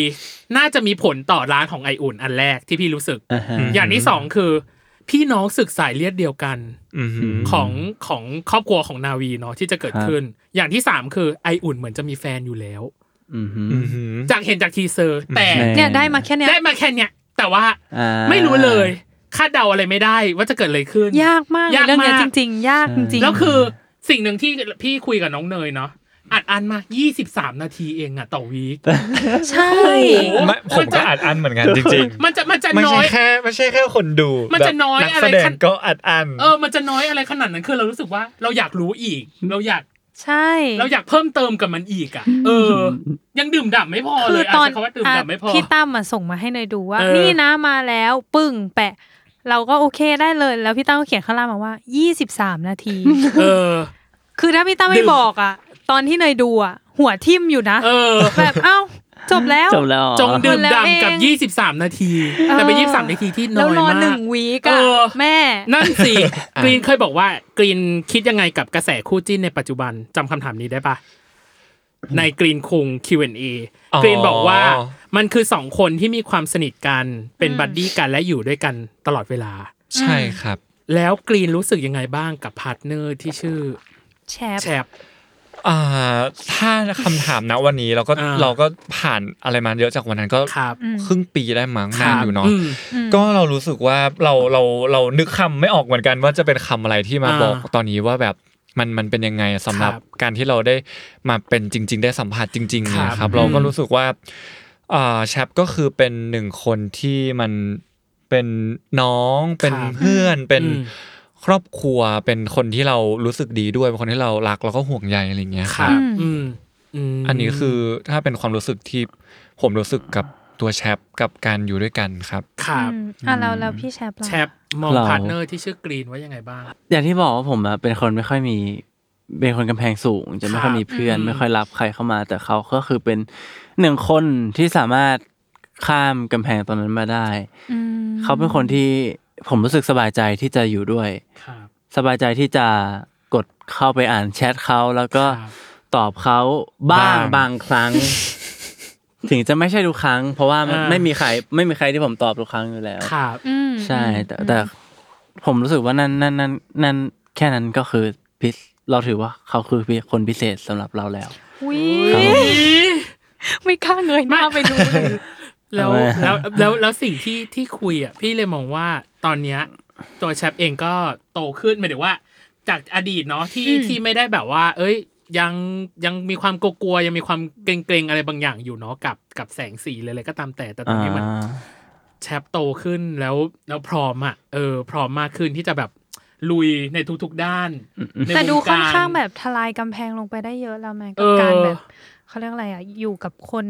น่าจะมีผลต่อร้านของไออุ่นอันแรกที่พี่รู้สึก อ่าฮะ อย่างที่สองคือ พี่น้องศึกสายเลือดเดียวกัน อืม ของของครอบครัวของนาวีเนาะที่จะเกิด ครับ ขึ้น อย่างที่สามคือไออุ่นเหมือนจะมีแฟนอยู่แล้ว อืมฮึ จากเห็นจากทีเซอร์ แต่ แน่ เนี่ยได้มาแค่เนี้ย ได้มาแค่เนี้ยแต่ว่า อ่า ไม่รู้เลยคาดเดาอะไรไม่ได้ว่าจะเกิดอะไรขึ้น ยากมากเลย ยากมาก เรื่องเนี้ยจริง ๆ ยากจริง แล้วคือสิ่งหนึ่งที่พี่คุยกับน้องเนยเนาะอัดอันมา 23 นาทีเองอะต่อวีค ใช่ ไม่ผมก็อัดอันเหมือนกันจริง มันจะมันจะ ๆไม่ น้ ใช่ อย แค่ไม่ใช่แค่คนดู มันจะน้อย แบบก อะไร แสด ข ง นาด ก็อัดอัน เออ มันจะน้อยอะไรขนาดนั้นคือเรารู้สึกว่าเราอยากรู้อีก เราอยาก ใช่ เราอยากเพิ่มเติมกับมันอีกอะเออ ยังดื่มด่ำไม่พอ คือยเละ ตอน ใช้คำว่าดื่มด่ำไม่พอ พี่ตั้มมาส่งมาให้เนยดูว่า เออ นี่นะมาแล้วปึ้งแปะ เราก็โอเคได้เลยแล้วพี่ตั้มก็เขียนข้างล่างมาว่า 23 นาที เออ คือถ้าพี่ตั้ม ดึ ไม่ ง บอกอ่ะ ตอนที่เนยดูอ่ะ หัวทิ่มอยู่นะ เออ แบบเอ้าจบแล้ว จบแล้วเหรอ จงดื่ม คนละ ด่ำกับ เอง 23 นาที แต่เป็น23 นาทีที่น้ แล้ว อย รอ มาก หนึ่งวีก เอ อะ อ แม่ นั่นสิ กรีนเคยบอกว่ากรีนคิดยังไงกับกระแสคู่จิ้นในปัจจุบันจำคำถามนี้ได้ปะในกรีนคุง Q&A อ๋อ กรีนบอกว่ามันคือสองคนที่มีความสนิทกันเป็นบัดดี้กันและอยู่ด้วยกันตลอดเวลา ใช่ครับ แล้วกรีนรู้สึกยังไงบ้างกับพาร์ทเนอร์ที่ชื่อ แชป แชป อ่าถ้าคำถามนะวันนี้เราก็ อ่า เราก็ผ่านอะไรมาเยอะจากวันนั้นก็ ครับ ครึ่งปีได้มั้คนงาน รับ อยู่เนาะ ม ก็เรารู้สึกว่าเราเราเรานึกคำไม่ออกเหมือนกันว่าจะเป็นคำอะไรที่มา อ่า บอกตอนนี้ว่าแบบมันมันเป็นยังไงสำหรับ ครับ การที่เราได้มาเป็นจริง ๆ ได้สัมผัสจริงๆ ครับ นะครับ อืม เราก็รู้สึกว่าอ่าแชปก็คือเป็นหนึ่งคนที่มันเป็นน้องเป็น ครับ เพื่อนเป็น อืม ครอบครัวเป็นคนที่เรารู้สึกดีด้วยเป็นคนที่เรารักแล้วก็ห่วงใยอะไรอย่างเงี้ย ค ค รั รับ บอืมม อันนี้คือถ้าเป็นความรู้สึกที่ผมรู้สึกกับตัวแชปกับการอยู่ด้วยกันครับ ครับ อืมอ่ะแล้วแล้วพี่แชปล่ะ แชปมอง เรา พาร์ทเนอร์ที่ชื่อกรีนว่ายังไงบ้าง อย่างที่บอกว่าผมอะเป็นคนไม่ค่อยมีเป็นคนกำแพงสูง จะไม่ค่อยมีเพื่อน ครับ ไม่ค่อยรับใครเข้ามา แต่เขาก็คือเป็นหนึ่งคนที่สามารถข้ามกำแพงตอนนั้นมาได้ เขาเป็นคนที่ผมรู้สึกสบายใจที่จะอยู่ด้วย สบายใจที่จะกดเข้าไปอ่านแชทเขาแล้วก็ ครับ ตอบเขาบ้าง บ้าง บางครั้ง ถึงจะไม่ใช่ทุกครั้ง เพราะว่ามัน อ่า ไม่มีใครไม่มีใครที่ผมตอบทุกครั้งอยู่แล้ว ครับ ใช่แต่แต่ผมรู้สึกว่านั่นนั่นนั่นนั่นแค่นั้นก็คือพิเศษเราถือว่าเขาคือคนพิเศษสำหรับเราแล้ว อุ้ย ครับ ไม่กล้าเงยหน้าไปดูเลย แล้ว ทำไม แล้วแล้วแล้วสิ่งที่ที่คุยอ่ะพี่เลยมองว่าตอนเนี้ยตัวแชปเองก็โตขึ้นหมายถึงว่า จากอดีตเนาะที่ที่ไม่ได้แบบว่า เอ้ย ยังยังมีความกลัวๆยังมีความเกรงๆอะไรบางอย่างอยู่เนาะกับกับแสงสีเลยอะไรก็ตามแต่แต่ตอน อ่า นี้มัน แชปโตขึ้นแล้วแล้วพร้อมอ่ะเออ พร้อมมากขึ้นที่จะแบบลุยในทุกๆด้านใน แต่ดู วงกร ค่อนข้างแบบทลายกำแพงลงไปได้เยอะแล้วไหม เอ กับ อ การแบบเขาเรียกอะไรอ่ะอยู่กับคน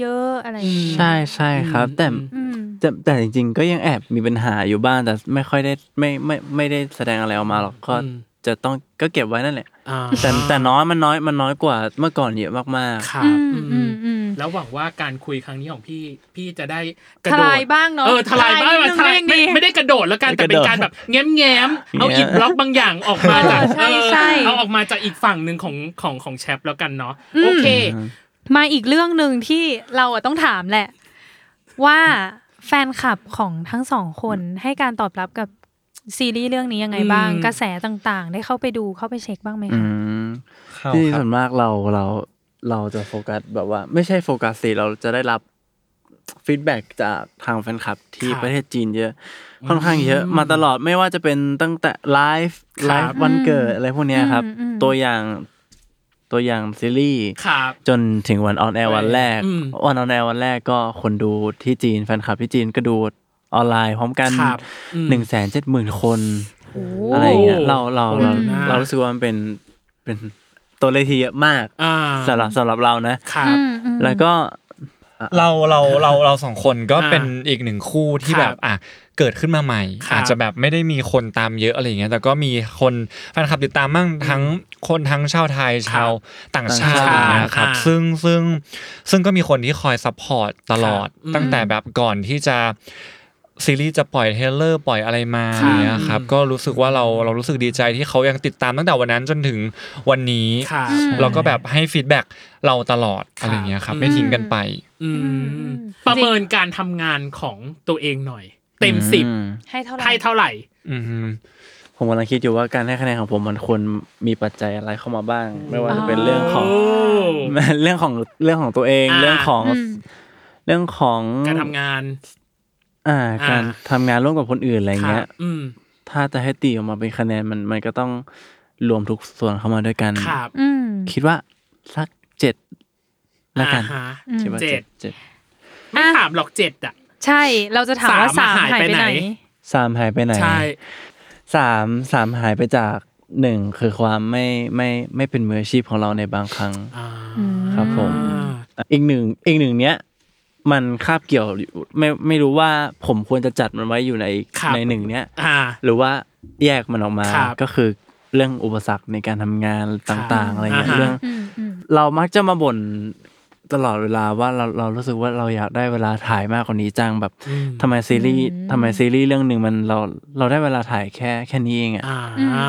เยอะๆอะไรอย่างเงี้ย ใช่ใช่ครับ แต่ อืม อืม แต่แต่จริง ๆ ก็ยังแอบมีปัญหาอยู่บ้างแต่ไม่ค่อยได้ไม่ไม่ไม่ได้แสดงอะไรออกมาหรอกก็ อืม จะต้องก็เก็บไว้นั่นแหละ อ่า แต่แต่น้อยมันน้อยมันน้อยกว่าเมื่อก่อนเยอะมาก ครับ อืม อืม อืมอืม แล้วหวังว่าการคุยครั้งนี้ของพี่พี่จะได้กระ ท โดด ลายบ้างเนาะ เออทลายบ้าง นิดนึง ทลาย ก็ง ไม่ ดี ไม่ได้กระโดดแล้วกันแต่เป็นการแบบแง้มแง้มๆเอาอิดบล็อกบางอย่างออกมาจาก เออใช่ใช่ เออเอาออกมาจากอีกฝั่งหนึ่งของของของแชปแล้วกันเนาะโอเค มาอีกเรื่องหนึ่งที่เราอะต้องถามแหละ ว่าแฟนคลับของทั้งสองคนให้การตอบรับกับซีรีส์เรื่องนี้ยังไงบ้าง อืม กระแสต่างๆ ได้เข้าไปดูเข้าไปเช็คบ้างไหม ๆอื คะ ม ที่ส่วนมากเราเราเราจะโฟกัสแบบว่า ไม่ใช่โฟกัสสิเราจะได้รับฟีดแบ็กจากทางแฟนคลับที่ ครับ ประเทศจีนเยอะ ค่อนข้างเยอะมาตลอดไม่ว่าจะเป็นตั้งแต่ไลฟ์ ครับ ไลฟ์วันเกิดอะไรพวกเนี้ยครับ ตัวอย่างตัวอย่างซีรีส์ ครับ จนถึงวันออนแอร์วันแรก อืม วันออนแอร์วันแรกก็คนดูที่จีนแฟนคลับที่จีนก็ดูออนไลน์พร้อมกัน ครับอืม หนึ่งแสนเจ็ดหมื่นคน โอ้ อะไรอย่างเงี้ยเราเราเรา อืม เรารู้สึกว่ามันเป็นเป็นตัวเลขที่เยอะมาก อ่า สำหรับสำหรับเรานะ ครับ แล้วก็ เราเราเราเราสองคนก็ อ่า เป็นอีกหนึ่งคู่ที่ ครับ แบบอ่ะเกิดขึ้นมาใหม่ ครับ อาจจะแบบไม่ได้มีคนตามเยอะอะไรอย่างเงี้ยแต่ก็มีคนแฟนคลับติดตามมั่งทั้งคนทั้งชาวไทยชาวต่างชาติ ต่างชาติ นะครับ อ่า ซึ่งซึ่งซึ่งก็มีคนที่คอยซัพพอร์ตตลอด ครับ ตั้งแต่แบบก่อนที่จะซีรีส์จะปล่อยเทรลเลอร์ปล่อยอะไรมา ครับ เนี้ยครับก็รู้สึกว่าเราเรารู้สึกดีใจที่เขายังติดตามตั้งแต่วันนั้นจนถึงวันนี้ ครับ เราก็แบบให้ฟีดแบ็กเราตลอดอะไรอย่างเงี้ยครับไม่ทิ้งกันไป อืมประเมินการทำงานของตัวเองหน่อย เต็มสิบ อื ให้เท่าไหร่ ให้เท่าไหร่ อืม ผมกำลังคิดอยู่ว่าการให้คะแนนของผมมันควรมีปัจจัยอะไรเข้ามาบ้าง ไม่ว่าจะเป็นเรื่องของ โอ้ เรื่องของเรื่องของตัวเอง อ่า เรื่องของ อืม เรื่องของ การทำงาน อ่า อ่า การทำงานร่วมกับคนอื่นอะไร ครั เงี้ บ ย อืม ถ้าจะให้ตีออกมาเป็นคะแนนมันมันก็ต้องรวมทุกส่วนเข้ามาด้วยกัน ครับ อืม คิดว่าสักเจ็ดละกัน อ่าฮะ คิดว่า เจ็ด เจ็ดเจ็ด ไม่ อ่ะ ถามหรอกเจ็ดอ่ะ ใช่เราจะถามว่า สา สาม ม อะหา หาย ย ไป ไป ไหน ไหน สามหายไปไหน ใช่ สามสามหายไปจากหนึ่งคือความไม่ไม่ไม่เป็นมืออาชีพของเราในบางครั้ง อ่า ครับผม อีกหนึ่งอีกหนึ่งเนี้ยมันคาบเกี่ยวอยู่ไม่ไม่รู้ว่าผมควรจะจัดมันไว้อยู่ใน ครับ ในหนึ่งเนี้ย อ่า หรือว่าแยกมันออกมา ครับ ก็คือเรื่องอุปสรรคในการทำงานต่างๆ อะไรเงี้ย อ่าฮะ เรื่องเรามักจะมาบ่นตลอดเวลาว่าเราเรารู้สึกว่าเราอยากได้เวลาถ่ายมากกว่านี้จังแบบทำไมซีรีส์ทำไมซีรีส์เรื่องหนึ่งมันเราเราได้เวลาถ่ายแค่แค่นี้เองอ่ะ อ่า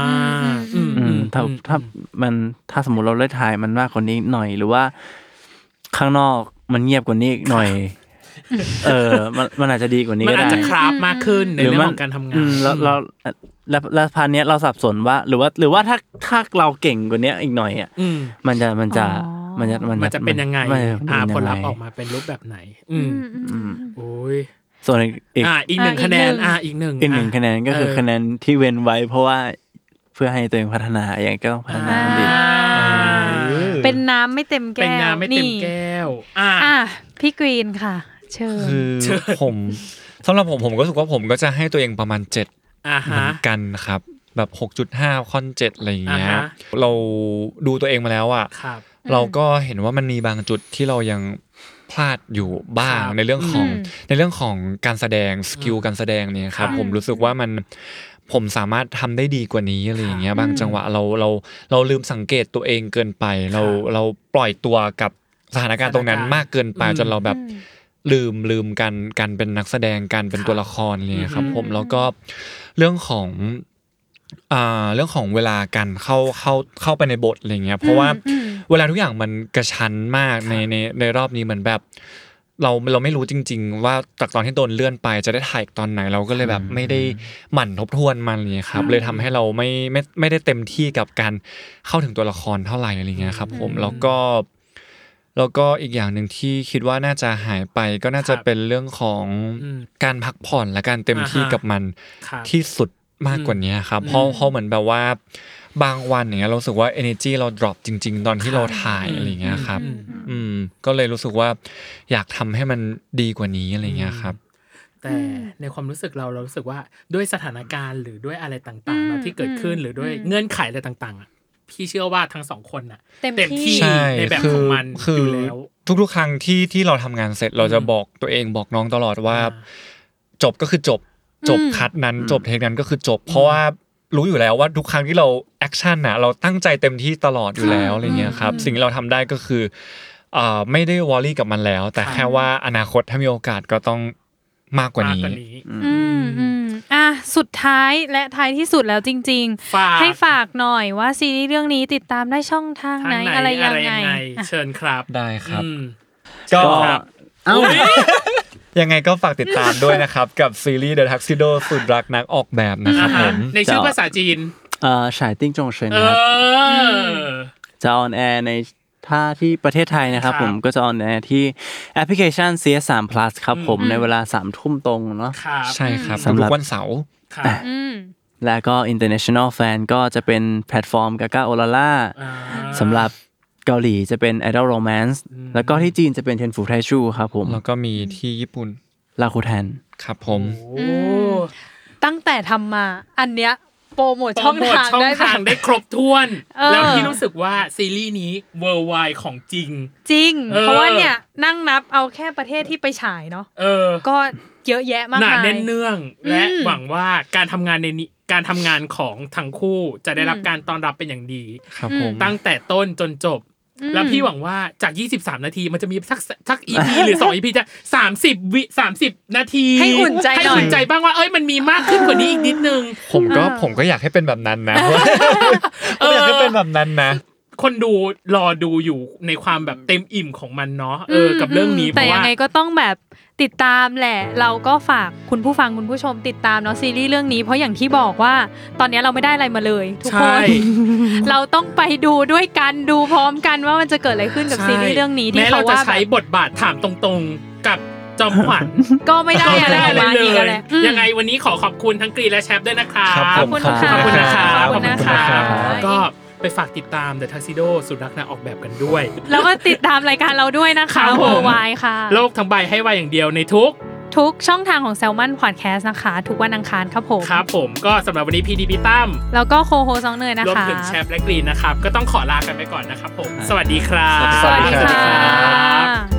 อืมถ้าถ้ามันถ้าสมมติเราได้ถ่ายมันมากกว่านี้หน่อยหรือว่า ข้างนอกมันเงียบกว่านี้หน่อย เออมันมันอาจจะดีกว่านี้ มัน ก็ได้ อาจจะคราฟมากขึ้นในเรื่องของการทำงาน อืมแล้วเราแล้วแล้วพาร์ทเนี้ยเราสับสนว่า หรือว่าหรือว่าถ้าถ้าเราเก่งกว่าเนี้ยอีกหน่อยอ่ะ อืม มันจะมันจะ อ๋อ มันจะ มันจะเป็นยังไง มัจะเป็นยังไง อ่าผลลัพธ์ออกมาเป็นรูปแบบไหน อืมโอ้ย ส่วนอีกอีก อ่า อีกหนึ่ง อ่าอีก คะแนน หนึ่ง อ่า อีกหนึ่ง อีกหนึ่ง อ่ คะแนนก็คือ เออ คะแนนที่เว้นไว้ เพราะว่าเพื่อให้ตัวเองพัฒนาอย่างก็ต้องพัฒนา า ดี เป็นน้ำไม่เต็มแก้ว เป็นงานไม่เต็มแก้ว อ่า อ่ะพี่กรีนค่ะ เชิญ คือผมสำหรับผมผมก็รู้สึกว่าผมก็จะให้ตัวเองประมาณเจ็ด อ่า เหมื ฮะ อนกันครับ แบบ 6.5 คอนเจ็ดอะไรอย่างเงี้ย อ่าฮะ เราดูตัวเองมาแล้วอ่ะ ครับ เราก็เห็นว่ามันมีบางจุดที่เรายังพลาดอยู่บ้าง ครับ ในเรื่องของ อืม ในเรื่องของการแสดงสกิลการแสดงเนี่ยครับ ครับ ผมรู้สึกว่ามันผมสามารถทำได้ดีกว่านี้อะไรอย่างเงี้ยบางจังหวะเราเราเราลืมสังเกตตัวเองเกินไป เราเราปล่อยตัวกับสถานการณ์ตรงนั้น สถานการณ์ มากเกินไป อืม จนเราแบบ ลืมลืมกันการเป็นนักแสดงการเป็น ครับ ตัวละครอะไรเลยครับ อืม ผมแล้วก็เรื่องของอ่าเรื่องของเวลากันเข้าเข้าเข้าไปในบทอะไรเงี้ยเพราะว่าเวลาทุกอย่างมันกระชั้นมากในในในรอบนี้เหมือนแบบ เราเราไม่รู้จริง ๆ ว่าจากตอนที่โดนเลื่อนไปจะได้ถ่ายตอนไหนเราก็เลยแบบไม่ได้หมั่นทบทวนมันอะไรเลยครับ เลยทำให้เราไม่ไม่ไม่ได้เต็มที่กับการเข้าถึงตัวละครเท่าไหร่อะไรเงี้ยครับ ผม อืม แล้วก็ แล้วก็อีกอย่างหนึ่งที่คิดว่าน่าจะหายไปก็น่าจะ ครับ เป็นเรื่องของ อืม การพักผ่อนและการเต็มที่ อ่าฮะ กับมัน ครับ ที่สุดมากกว่านี้ครับเพราะเพราะเหมือนแบบว่าบางวันอย่างเงี้ยเรารู้สึกว่า energy เรา drop จริง ๆ ตอนที่เราถ่าย อืม อะไรอย่างเงี้ยครับ อืม อืมก็เลยรู้สึกว่าอยากทำให้มันดีกว่านี้อะไรอย่างเงี้ยครับ แต่ในความรู้สึกเราเรารู้สึกว่าด้วยสถานการณ์หรือด้วยอะไรต่างๆแบบที่เกิดขึ้นหรือด้วยเงื่อนไขอะไรต่างๆอ่ะพี่เชื่อว่าทั้งสองคนน่ะ เต็ม เต็มที่ ที่ ใช่ ในแบบของมัน คือ อยู่ คื แล้ว อทุกๆ ครั้งที่ที่เราทำงานเสร็จเราจะบอกตัวเองบอกน้องตลอดว่า อ่า จบก็คือจบจบคัดนั้นจบเทคนั้นก็คือจบ เพราะว่ารู้อยู่แล้วว่าทุกครั้งที่เราแอคชั่นน่ะเราตั้งใจเต็มที่ตลอดอยู่แล้วอะไรเงี้ยครับสิ่งที่เราทำได้ก็คือเอ่อไม่ได้วอรี่กับมันแล้ว แต่ ค่ะ แค่ว่าอนาคตถ้ามีโอกาสก็ต้องมากกว่ามนี้กว่านี้ อืมอืมอ่ะสุดท้ายและท้ายที่สุดแล้วจริง ฝาก ๆ ให้ฝากหน่อยว่าซีรีส์เรื่องนี้ติดตามได้ช่องทาง ทาง ไหน ไหน อะไรยังไงอ่ะ เชิญครับ ได้ครับ อืม ก็ ก็ ครับ เอ้า ยังไงก็ฝากติดตามด้วยนะครับ กับซีรีส์ The Tuxedo สุดรักนักออกแบบนะครับผม ในชื่อภาษาจีน เอ่อฉายติ้งจงเชิญ เอ ครับ อ จะออนแอร์ในถ้าที่ประเทศไทยนะครับ ครับ ผมก็จะออนแอร์ที่แอปพลิเคชัน CS3 Plus ครับผมในเวลา3ทุ่มตรงเนาะ ครับ ใช่ครับ สำหรับ ทุกๆวันเสาร์ ครับ และก็ international fan ก็จะเป็นแพลตฟอร์ม Gaga o l a l a อ่า สำหรับเกาหลีจะเป็น Idol Romance แล้วก็ที่จีนจะเป็นเทนฟูไทชูครับผม แล้วก็มีที่ญี่ปุ่น ลาคูแทน ครับผม โอ้ ตั้งแต่ทำมาอันเนี้ยโปรโมทช่อง โปรโม ทาง ช่อง ได้แบ ทาง บ ได้ครบถ้วน เออ แล้วที่รู้สึกว่าซีรีส์นี้ worldwide ของจริง จริง เออ เพราะว่าเนี่ยนั่งนับเอาแค่ประเทศที่ไปฉายเนาะ เออ ก็เยอะแยะมาก หนา มา แน่ ย นเนื่อง และ อืม หวังว่าการทำงานในนี้การทำงานของทั้งคู่จะได้รับการต้อนรับเป็นอย่างดี ครับผม ตั้งแต่ต้นจนจบ แล้วพี่หวังว่าจาก 23 นาทีมันจะมีสักสักอี พีหรือ 2 อีพีจะ 30 วิ 30 นาที ให้อุ่นใจ ให้ หน่อย อุ่นใจบ้างว่าเอ้ยมันมีมากขึ้นกว่านี้อีกนิดนึง ผมก็ผมก็อยากให้เป็นแบบนั้นนะ ผมอยากให้เป็นแบบนั้นนะ คนดูรอดูอยู่ในความแบบเต็มอิ่มของมันเนาะเอออ ม กับเรื่องนี้ ม เพ แต่ ราะ ยั ว่าง ไงก็ต้องแบบติดตามแหละ เราก็ฝากคุณผู้ฟังคุณผู้ชมติดตามเนาะซีรีส์เรื่องนี้ เพราะอย่างที่บอกว่าตอนนี้เราไม่ได้อะไรมาเลย ทุกค ใช่ น เราต้องไปดูด้วยกันดูพร้อมกันว่ามันจะเกิดอะไรขึ้นกับ ใช่ ซีรีส์เรื่องนี้ที่ แม้ เขา เราจะ ว่าแบ ใช้ บบ ทบาทถามตรงๆกับจอมขวัญ ก็ไม่ได้อะไรออกมา เล อีก ย แหละอืม ยังไงวันนี้ขอขอบคุณทั้งกรีนและแชปด้วยนะคะ ครับ ข ผ อบ ม คุณค่ะ ขอบคุณนะคะ ข ข อ อ บบ คุ คุณ ณ นะ นะคะ คะก็ไปฝากติดตาม The Tuxedo สุนัขนักออกแบบกันด้วย แล้วก็ติดตามรายการเราด้วยนะคะ ครับ โว ผม วายค่ะ โลกทั้งใบให้ไวายอย่างเดียวในทุก ทุกช่องทางของ s ซ l m o n Podcast นะคะ ทุกวันอังคารครับผม ครับผมก็สำหรับวันนี้พีดีพีตั้ม แล้วก็โคโฮซองเนยนะ รวม คะ ถึงแชปและกรีนนะครับ ก็ต้องขอลากันไปก่อนนะครับผม สวัสดีครับ สวัสดี สวัสดี ค่ะ ครัสวับสดีครับ